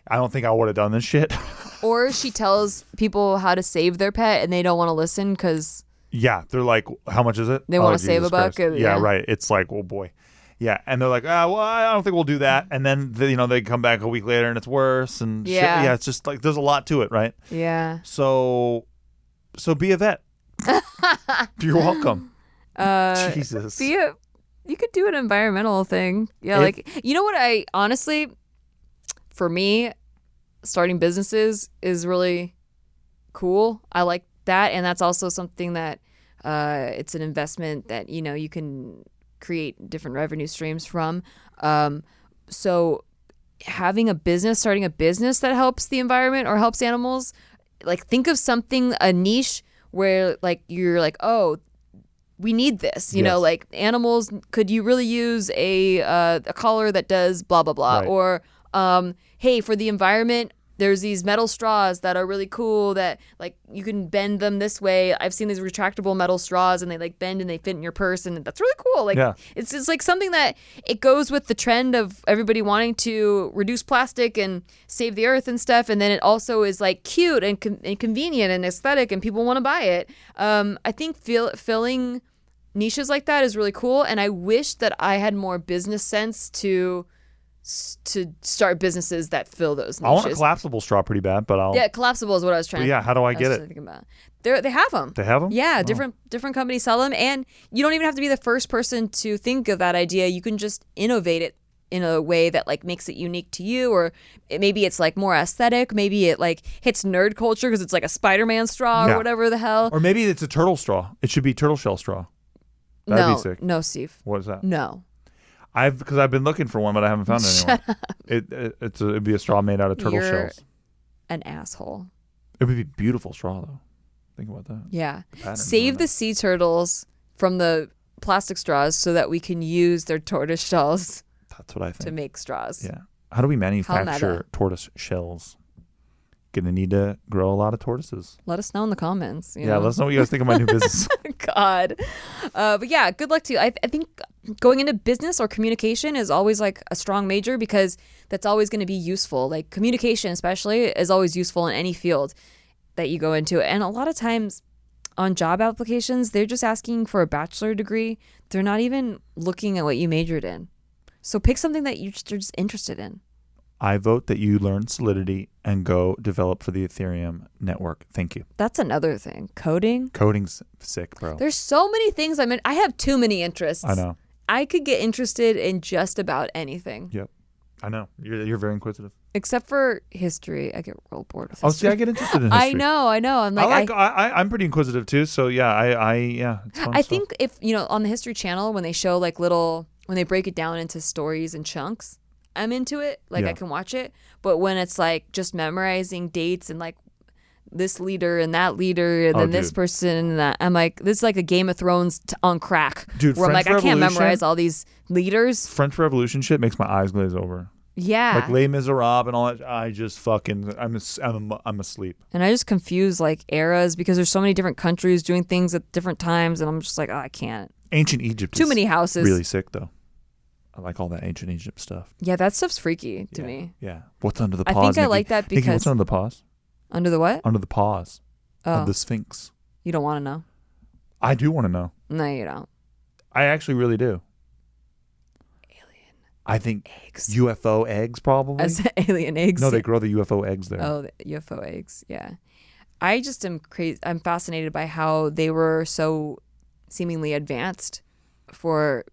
Speaker 1: I don't think I would have done this shit. <laughs>
Speaker 2: Or she tells people how to save their pet, and they don't want to listen because
Speaker 1: yeah, they're like, how much is it? Oh,
Speaker 2: They wanna
Speaker 1: Jesus
Speaker 2: save a buck,
Speaker 1: Christ.
Speaker 2: and-
Speaker 1: yeah,
Speaker 2: yeah.
Speaker 1: right. It's like, oh boy. Yeah, and they're like, ah, well, I don't think we'll do that. And then the, you know they come back a week later and it's worse. And shit.
Speaker 2: Yeah.
Speaker 1: yeah, it's just like there's a lot to it, right?
Speaker 2: yeah.
Speaker 1: So, so be a
Speaker 2: <laughs>
Speaker 1: vet. You're welcome.
Speaker 2: Uh,
Speaker 1: Jesus.
Speaker 2: be a you could do an environmental thing yeah
Speaker 1: If-
Speaker 2: like you know what i honestly for me starting businesses is really cool i like that and that's also something that uh, it's an investment that you know you can create different revenue streams from um, so having a business starting a business that helps the environment or helps animals like think of something a niche where like you're like oh we need this you know
Speaker 1: Yes.
Speaker 2: like animals could you really use a uh, a collar that does blah blah blah
Speaker 1: Right.
Speaker 2: or um hey for the environment there's these metal straws that are really cool that like you can bend them this way i've seen these retractable metal straws and they like bend and they fit in your purse and that's really cool like
Speaker 1: Yeah.
Speaker 2: it's just like something that it goes with the trend of everybody wanting to reduce plastic and save the earth and stuff. And then it also is like cute and, con- and convenient and aesthetic, and people want to buy it. Um, I think fill- filling niches like that is really cool. And I wish that I had more business sense to s- to start businesses that fill those
Speaker 1: I want a
Speaker 2: niches.
Speaker 1: collapsible straw pretty bad, but I'll.
Speaker 2: yeah, collapsible is what I was trying.
Speaker 1: But yeah, how do I get
Speaker 2: was
Speaker 1: it?
Speaker 2: thinking about. They're, they have them.
Speaker 1: They have them.
Speaker 2: Yeah, different different companies sell them, and you don't even have to be the first person to think of that idea. You can just innovate it in a way that like makes it unique to you, or it, maybe it's like more aesthetic. Maybe it like hits nerd culture because it's like a Spider-Man straw
Speaker 1: Yeah.
Speaker 2: or whatever the hell.
Speaker 1: Or maybe it's a turtle straw. It should be turtle shell straw. That'd
Speaker 2: no,
Speaker 1: be sick.
Speaker 2: no, Steve,
Speaker 1: What is that?
Speaker 2: no.
Speaker 1: I've because I've been looking for one, but I haven't
Speaker 2: <laughs>
Speaker 1: found anyone. It, it it's a, it'd be a straw made out of turtle
Speaker 2: You're-
Speaker 1: shells.
Speaker 2: An asshole.
Speaker 1: It would be beautiful straw though. Think about that.
Speaker 2: Yeah.
Speaker 1: pattern's
Speaker 2: Save
Speaker 1: on
Speaker 2: the
Speaker 1: it.
Speaker 2: sea turtles from the plastic straws so that we can use their tortoise shells <laughs>
Speaker 1: That's what I
Speaker 2: to
Speaker 1: think.
Speaker 2: make straws.
Speaker 1: Yeah. How do we manufacture
Speaker 2: meta.
Speaker 1: tortoise shells? gonna need to grow a lot of tortoises.
Speaker 2: Let us know in the comments. you
Speaker 1: Yeah,
Speaker 2: know?
Speaker 1: let us know what you guys think of my
Speaker 2: <laughs>
Speaker 1: new business.
Speaker 2: God. Uh, but yeah, good luck to you. I, I think going into business or communication is always like a strong major because that's always going to be useful. Like communication, especially, is always useful in any field that you go into. And a lot of times on job applications, they're just asking for a bachelor degree, they're not even looking at what you majored in. So pick something that you're just, you're just interested in.
Speaker 1: I vote that you learn Solidity and go develop for the Ethereum network. Thank you.
Speaker 2: That's another thing. Coding.
Speaker 1: Coding's sick, bro.
Speaker 2: There's so many things I'm in. I have too many interests.
Speaker 1: I know.
Speaker 2: I could get interested in just about anything.
Speaker 1: Yep. I know. You're, you're very inquisitive.
Speaker 2: except for history. I get real bored with
Speaker 1: Oh, see,
Speaker 2: history.
Speaker 1: I get interested in
Speaker 2: <laughs> I
Speaker 1: history.
Speaker 2: know, I know. I'm like, I,
Speaker 1: I like. I, I, I'm pretty inquisitive too. So yeah, I. I yeah. It's fun
Speaker 2: I
Speaker 1: stuff.
Speaker 2: think if you know on the History Channel when they show like little when they break it down into stories and chunks, I'm into it. Like
Speaker 1: Yeah.
Speaker 2: I can watch it. But when it's like just memorizing dates and like this leader and that leader and
Speaker 1: Oh,
Speaker 2: then this
Speaker 1: dude.
Speaker 2: person and that, I'm like this is like a Game of Thrones t- on crack.
Speaker 1: Dude,
Speaker 2: where I'm
Speaker 1: French
Speaker 2: like I can't
Speaker 1: Revolution-
Speaker 2: memorize all these leaders.
Speaker 1: French Revolution shit makes my eyes glaze over.
Speaker 2: Yeah,
Speaker 1: Like Les Miserables and all that. I just fucking. I'm. as- I'm. I'm asleep.
Speaker 2: and I just confuse like eras because there's so many different countries doing things at different times, and I'm just like, oh, I can't.
Speaker 1: Ancient Egypt.
Speaker 2: Too
Speaker 1: is
Speaker 2: many houses.
Speaker 1: Really sick though. I like all that ancient Egypt stuff.
Speaker 2: Yeah, that stuff's freaky to
Speaker 1: yeah.
Speaker 2: me.
Speaker 1: Yeah. What's under the
Speaker 2: I
Speaker 1: paws?
Speaker 2: think I
Speaker 1: Nikki?
Speaker 2: like that
Speaker 1: Nikki,
Speaker 2: because-
Speaker 1: what's under the paws?
Speaker 2: Under the what?
Speaker 1: Under the paws
Speaker 2: Oh,
Speaker 1: of the Sphinx.
Speaker 2: you don't want to know.
Speaker 1: I do want to know.
Speaker 2: No, you don't.
Speaker 1: I actually really do. Alien. I think
Speaker 2: Eggs.
Speaker 1: UFO eggs
Speaker 2: <laughs>
Speaker 1: probably.
Speaker 2: I said alien eggs.
Speaker 1: no, they grow the UFO eggs there.
Speaker 2: Oh, the UFO eggs. Yeah. I just am crazy. I'm fascinated by how they were so seemingly advanced for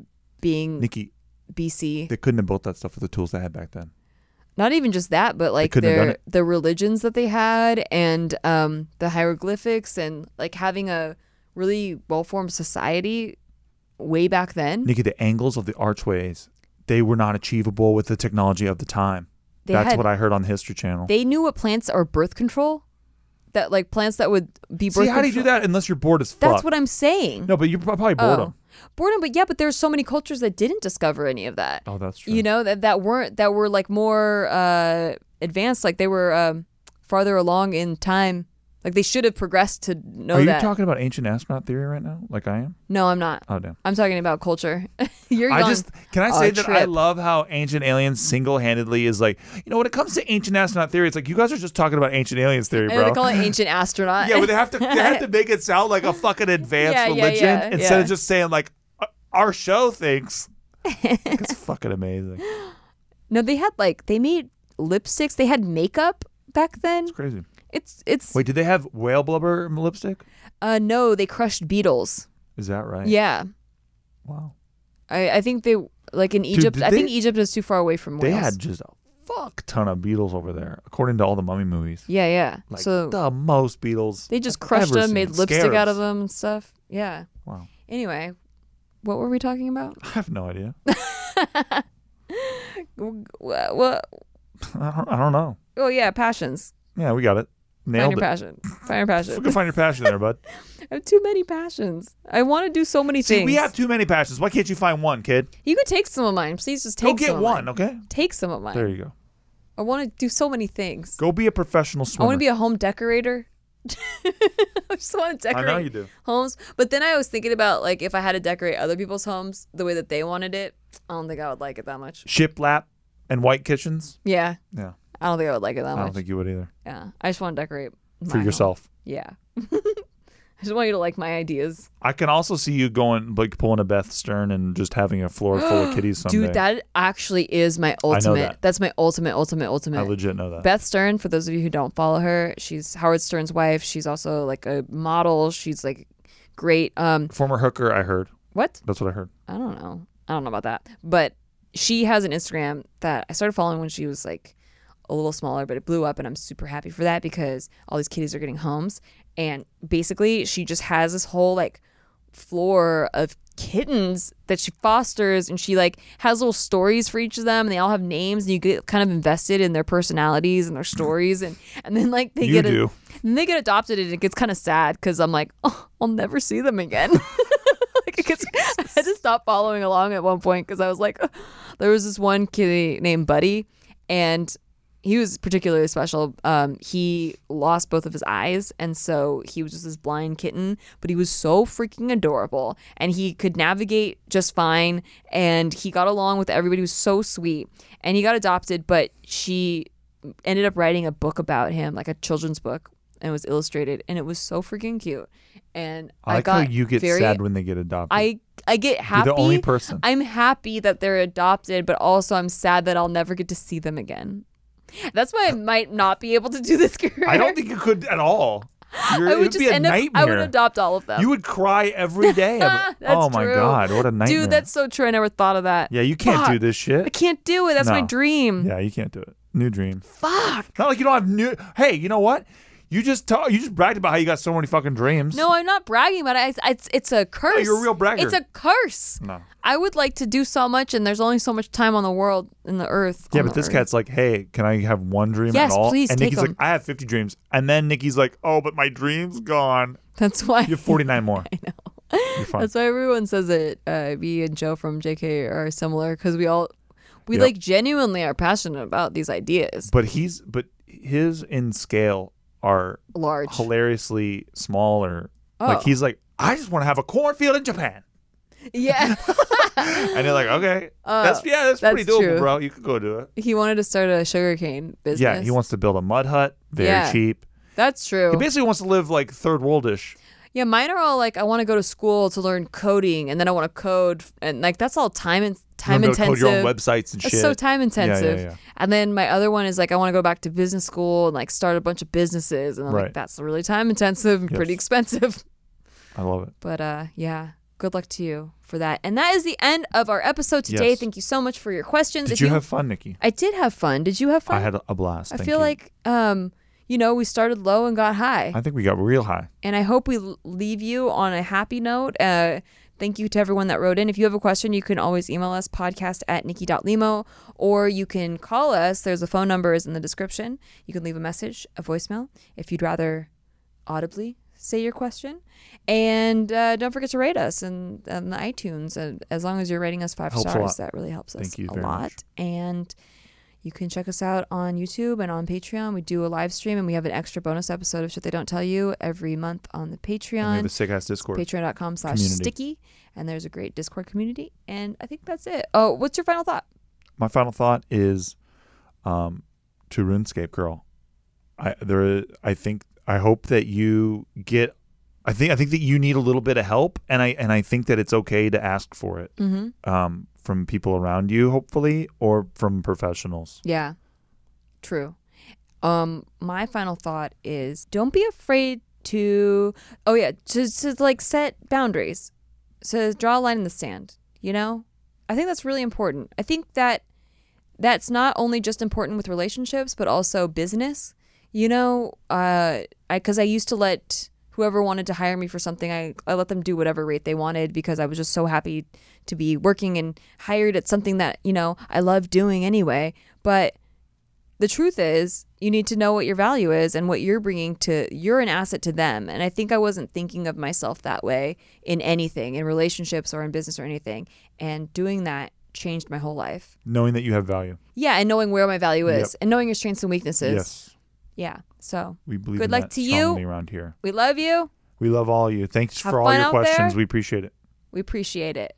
Speaker 2: being
Speaker 1: Nikki,
Speaker 2: BC.
Speaker 1: they couldn't have built that stuff with the tools they had back then.
Speaker 2: Not even just that, but like
Speaker 1: couldn't have done
Speaker 2: their
Speaker 1: it.
Speaker 2: the religions that they had and um, the hieroglyphics and like having a really well formed society way back then.
Speaker 1: Nikki, the angles of the archways, they were not achievable with the technology of the time.
Speaker 2: They
Speaker 1: That's
Speaker 2: had-
Speaker 1: what I heard on the History Channel.
Speaker 2: they knew what plants are birth control. That like plants that would be birth.
Speaker 1: See, how do you do
Speaker 2: control-
Speaker 1: that unless you're bored as fuck?
Speaker 2: That's what I'm saying.
Speaker 1: No, but you're prob- probably bored.
Speaker 2: Oh. Boredom, but yeah, but there's so many cultures that didn't discover any of that.
Speaker 1: Oh, that's true.
Speaker 2: You know that that weren't that were like more uh, advanced, like they were um, farther along in time. Like they should have progressed to know
Speaker 1: Are you
Speaker 2: that.
Speaker 1: talking about ancient astronaut theory right now? Like I am?
Speaker 2: no, I'm not.
Speaker 1: Oh damn.
Speaker 2: I'm talking about culture. <laughs> You're
Speaker 1: I
Speaker 2: gone.
Speaker 1: just can I
Speaker 2: on
Speaker 1: say
Speaker 2: a
Speaker 1: that I
Speaker 2: trip.
Speaker 1: love how ancient aliens single handedly is like you know when it comes to ancient astronaut theory, it's like you guys are just talking about ancient aliens theory,
Speaker 2: I know
Speaker 1: bro.
Speaker 2: they
Speaker 1: <laughs>
Speaker 2: call it ancient astronaut. <laughs>
Speaker 1: yeah, but they have to they have to make it sound like a fucking advanced
Speaker 2: Yeah, yeah,
Speaker 1: religion
Speaker 2: yeah,
Speaker 1: instead
Speaker 2: yeah.
Speaker 1: of just saying like "Uh, our show
Speaker 2: <laughs>
Speaker 1: thinks. Like, it's fucking amazing. It's
Speaker 2: no, they had like they made lipsticks. They had makeup back then.
Speaker 1: crazy.
Speaker 2: It's it's
Speaker 1: Wait, did they have whale blubber lipstick?
Speaker 2: uh no, they crushed beetles.
Speaker 1: Is that right?
Speaker 2: Yeah.
Speaker 1: Wow.
Speaker 2: I, I think they like in Egypt.
Speaker 1: did
Speaker 2: I think
Speaker 1: they-
Speaker 2: Egypt is too far away from
Speaker 1: They
Speaker 2: Wales.
Speaker 1: had just a fuck ton of beetles over there, according to all the mummy movies.
Speaker 2: yeah, yeah.
Speaker 1: Like
Speaker 2: so
Speaker 1: the most beetles.
Speaker 2: they just
Speaker 1: I've
Speaker 2: crushed
Speaker 1: ever
Speaker 2: them,
Speaker 1: seen.
Speaker 2: made lipstick out of
Speaker 1: Scarabs.
Speaker 2: them and stuff. Yeah.
Speaker 1: Wow. <laughs>
Speaker 2: Anyway, what were we talking about?
Speaker 1: I have no idea.
Speaker 2: What? what
Speaker 1: I don't, I don't know.
Speaker 2: oh yeah, passions.
Speaker 1: Yeah, we got it.
Speaker 2: Find
Speaker 1: Nailed
Speaker 2: your
Speaker 1: it.
Speaker 2: passion.
Speaker 1: <laughs>
Speaker 2: Find your passion.
Speaker 1: Fucking find your passion there,
Speaker 2: <laughs>
Speaker 1: bud.
Speaker 2: I have too many passions. I want to do so many
Speaker 1: See,
Speaker 2: things.
Speaker 1: we have too many passions. Why can't you find one, kid?
Speaker 2: you could take some of mine. Please just
Speaker 1: Go
Speaker 2: take
Speaker 1: get
Speaker 2: some of
Speaker 1: one,
Speaker 2: mine.
Speaker 1: okay?
Speaker 2: Take some of mine.
Speaker 1: There you go.
Speaker 2: I want to do so many things.
Speaker 1: Go be a professional
Speaker 2: I
Speaker 1: swimmer.
Speaker 2: want to be a home decorator. <laughs> I just want to
Speaker 1: I
Speaker 2: decorate.
Speaker 1: know you do.
Speaker 2: homes. But then I was thinking about like if I had to decorate other people's homes the way that they wanted it, I don't think I would like it that much.
Speaker 1: Shiplap and white kitchens.
Speaker 2: Yeah,
Speaker 1: Yeah,
Speaker 2: I don't think I would like it that
Speaker 1: I don't
Speaker 2: much.
Speaker 1: think you would either.
Speaker 2: yeah, I just want to decorate my
Speaker 1: For
Speaker 2: home.
Speaker 1: yourself.
Speaker 2: Yeah, <laughs> I just want you to like my ideas,
Speaker 1: I can also see you going like pulling a Beth Stern and just having a floor full
Speaker 2: <gasps>
Speaker 1: of kitties someday.
Speaker 2: dude. That actually is my
Speaker 1: know
Speaker 2: ultimate.
Speaker 1: that.
Speaker 2: That's my ultimate, ultimate,
Speaker 1: I
Speaker 2: ultimate.
Speaker 1: legit know that.
Speaker 2: Beth Stern, for those of you who don't follow her, she's Howard Stern's wife. She's also like a model. She's like great. Um,
Speaker 1: Former hooker, I heard.
Speaker 2: what?
Speaker 1: That's what I heard.
Speaker 2: I don't know. I don't know about that. But she has an Instagram that I started following when she was like a little smaller, but it blew up and I'm super happy for that because all these kitties are getting homes. And basically she just has this whole like floor of kittens that she fosters and she like has little stories for each of them and they all have names and you get kind of invested in their personalities and their stories and and then like they
Speaker 1: You
Speaker 2: get
Speaker 1: do.
Speaker 2: and they get adopted and it gets kind of sad because I'm like oh I'll never see them again <laughs> like it gets, I had to stop following along at one point because I was like, there was this one kitty named Buddy, and he was particularly special. Um, he lost both of his eyes, and so he was just this blind kitten. But he was so freaking adorable, and he could navigate just fine. And he got along with everybody. He was so sweet, and he got adopted. But she ended up writing a book about him, like a children's book, and it was illustrated, and it was so freaking cute. And
Speaker 1: I
Speaker 2: I,
Speaker 1: like
Speaker 2: got
Speaker 1: how you get
Speaker 2: very,
Speaker 1: sad when they get adopted.
Speaker 2: I I get
Speaker 1: You're
Speaker 2: happy.
Speaker 1: the only person.
Speaker 2: I'm happy that they're adopted, but also I'm sad that I'll never get to see them again.
Speaker 1: <laughs>
Speaker 2: That's why I might not be able to do this <laughs> career.
Speaker 1: I don't think you could at
Speaker 2: <laughs>
Speaker 1: all. You're,
Speaker 2: I
Speaker 1: it would
Speaker 2: would just
Speaker 1: be a
Speaker 2: end up.
Speaker 1: nightmare.
Speaker 2: I would adopt all of them.
Speaker 1: you would cry every day. of-
Speaker 2: <laughs> That's
Speaker 1: oh my
Speaker 2: true.
Speaker 1: god, what a nightmare!
Speaker 2: Dude, that's so true. I never thought of that.
Speaker 1: yeah. You can't do
Speaker 2: Fuck.
Speaker 1: this
Speaker 2: I
Speaker 1: shit.
Speaker 2: can't do it. That's my
Speaker 1: No.
Speaker 2: dream.
Speaker 1: Yeah, you can't do it. New dream.
Speaker 2: Fuck.
Speaker 1: Not like you don't have new. Hey, you know what? You just talk, you just bragged about how you got so many fucking dreams.
Speaker 2: No, I'm not bragging about it. I- It's it's a curse.
Speaker 1: Oh, you're a real bragger.
Speaker 2: It's a curse.
Speaker 1: No.
Speaker 2: I would like to do so much, and there's only so much time on the world in the earth.
Speaker 1: Yeah,
Speaker 2: on
Speaker 1: but
Speaker 2: the
Speaker 1: this
Speaker 2: earth.
Speaker 1: cat's like, hey, can I have one dream
Speaker 2: Yes,
Speaker 1: at all?
Speaker 2: please,
Speaker 1: and
Speaker 2: take
Speaker 1: Nikki's
Speaker 2: 'em.
Speaker 1: like, I have 50 dreams. And then Nikki's like, oh, but my dream's gone.
Speaker 2: That's why. <laughs>
Speaker 1: You have 49 more. I know. You're fine.
Speaker 2: That's why everyone says that uh, me and Joe from JK are similar because we all, we
Speaker 1: Yep.
Speaker 2: like genuinely are passionate about these ideas.
Speaker 1: but he's, but his in scale are
Speaker 2: Large.
Speaker 1: hilariously smaller.
Speaker 2: Oh.
Speaker 1: Like he's like, I just want to have a cornfield in Japan.
Speaker 2: <laughs> yeah.
Speaker 1: And
Speaker 2: <laughs>
Speaker 1: they're like, okay, that's yeah, that's,
Speaker 2: Uh, that's
Speaker 1: pretty doable,
Speaker 2: true.
Speaker 1: bro. You could go do it.
Speaker 2: he wanted to start a sugarcane business.
Speaker 1: Yeah, he wants to build a mud hut, very
Speaker 2: Yeah.
Speaker 1: cheap.
Speaker 2: That's true.
Speaker 1: He basically wants to live like third worldish.
Speaker 2: yeah, mine are all like I want to go to school to learn coding, and then I want to code, and like that's all time and
Speaker 1: You
Speaker 2: time
Speaker 1: wanna be able to
Speaker 2: intensive.
Speaker 1: code your own websites and
Speaker 2: That's
Speaker 1: shit.
Speaker 2: so time intensive.
Speaker 1: yeah.
Speaker 2: And then my other one is like I want to go back to business school and like start a bunch of businesses, and I'm
Speaker 1: Right.
Speaker 2: like that's really time intensive and pretty
Speaker 1: Yes.
Speaker 2: expensive. <laughs>
Speaker 1: I love it.
Speaker 2: But uh, yeah, good luck to you for that. And that is the end of our episode today.
Speaker 1: Yes.
Speaker 2: Thank you so much for your questions.
Speaker 1: Did
Speaker 2: If
Speaker 1: you have fun, Nikki?
Speaker 2: I did have fun. Did you have fun?
Speaker 1: I had a- a blast.
Speaker 2: I
Speaker 1: Thank
Speaker 2: feel
Speaker 1: you.
Speaker 2: like um, you know, we started low and got high,
Speaker 1: I think we got real high.
Speaker 2: and I hope we l- leave you on a happy note. Uh, thank you to everyone that wrote in. If you have a question, you can always email us podcast at nikki.limo or you can call us. There's a phone number is in the description. You can leave a message, a voicemail, if you'd rather audibly say your question and uh, don't forget to rate us and on the itunes and as long as you're rating us five
Speaker 1: Helps a
Speaker 2: stars
Speaker 1: lot.
Speaker 2: that really helps us
Speaker 1: Thank you
Speaker 2: a
Speaker 1: very
Speaker 2: lot
Speaker 1: much.
Speaker 2: and you can check us out on youtube and on patreon we do a live stream and we have an extra bonus episode of shit they don't tell you every month on the
Speaker 1: And we have a
Speaker 2: patreon
Speaker 1: sick ass Discord.
Speaker 2: patreon.com slash
Speaker 1: community.
Speaker 2: sticky and there's a great discord community and i think that's it oh what's your final thought
Speaker 1: My final thought is, um, to RuneScape girl, I there I think I hope that you get. I think I think that you need a little bit of help, and I and I think that it's okay to ask for it
Speaker 2: mm-hmm.
Speaker 1: um, from people around you, hopefully, or from professionals.
Speaker 2: Yeah. True. Um my final thought is don't be afraid to oh yeah, to, to like set boundaries. So draw a line in the sand, you know? I think that's really important. I think that that's not only just important with relationships but also business. You know, uh I cuz I used to let whoever wanted to hire me for something I, I let them do whatever rate they wanted because I was just so happy to be working and hired at something that, you know, I love doing anyway, but the truth is you need to know what your value is and what you're bringing to you're an asset to them and i think i wasn't thinking of myself that way in anything in relationships or in business or anything and doing that changed my whole life
Speaker 1: Knowing that you have value.
Speaker 2: yeah and knowing where my value is
Speaker 1: Yep.
Speaker 2: and knowing your strengths and weaknesses
Speaker 1: yes,
Speaker 2: yeah so
Speaker 1: we believe
Speaker 2: Good
Speaker 1: in
Speaker 2: luck
Speaker 1: that
Speaker 2: to you.
Speaker 1: strongly around here.
Speaker 2: we love you
Speaker 1: We love all of you. Thanks
Speaker 2: Have
Speaker 1: for all
Speaker 2: fun
Speaker 1: your
Speaker 2: out there.
Speaker 1: questions. We appreciate it.
Speaker 2: we appreciate it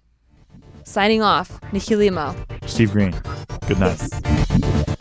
Speaker 2: signing off nikki limo
Speaker 1: Steve Green. Good night.
Speaker 2: Peace.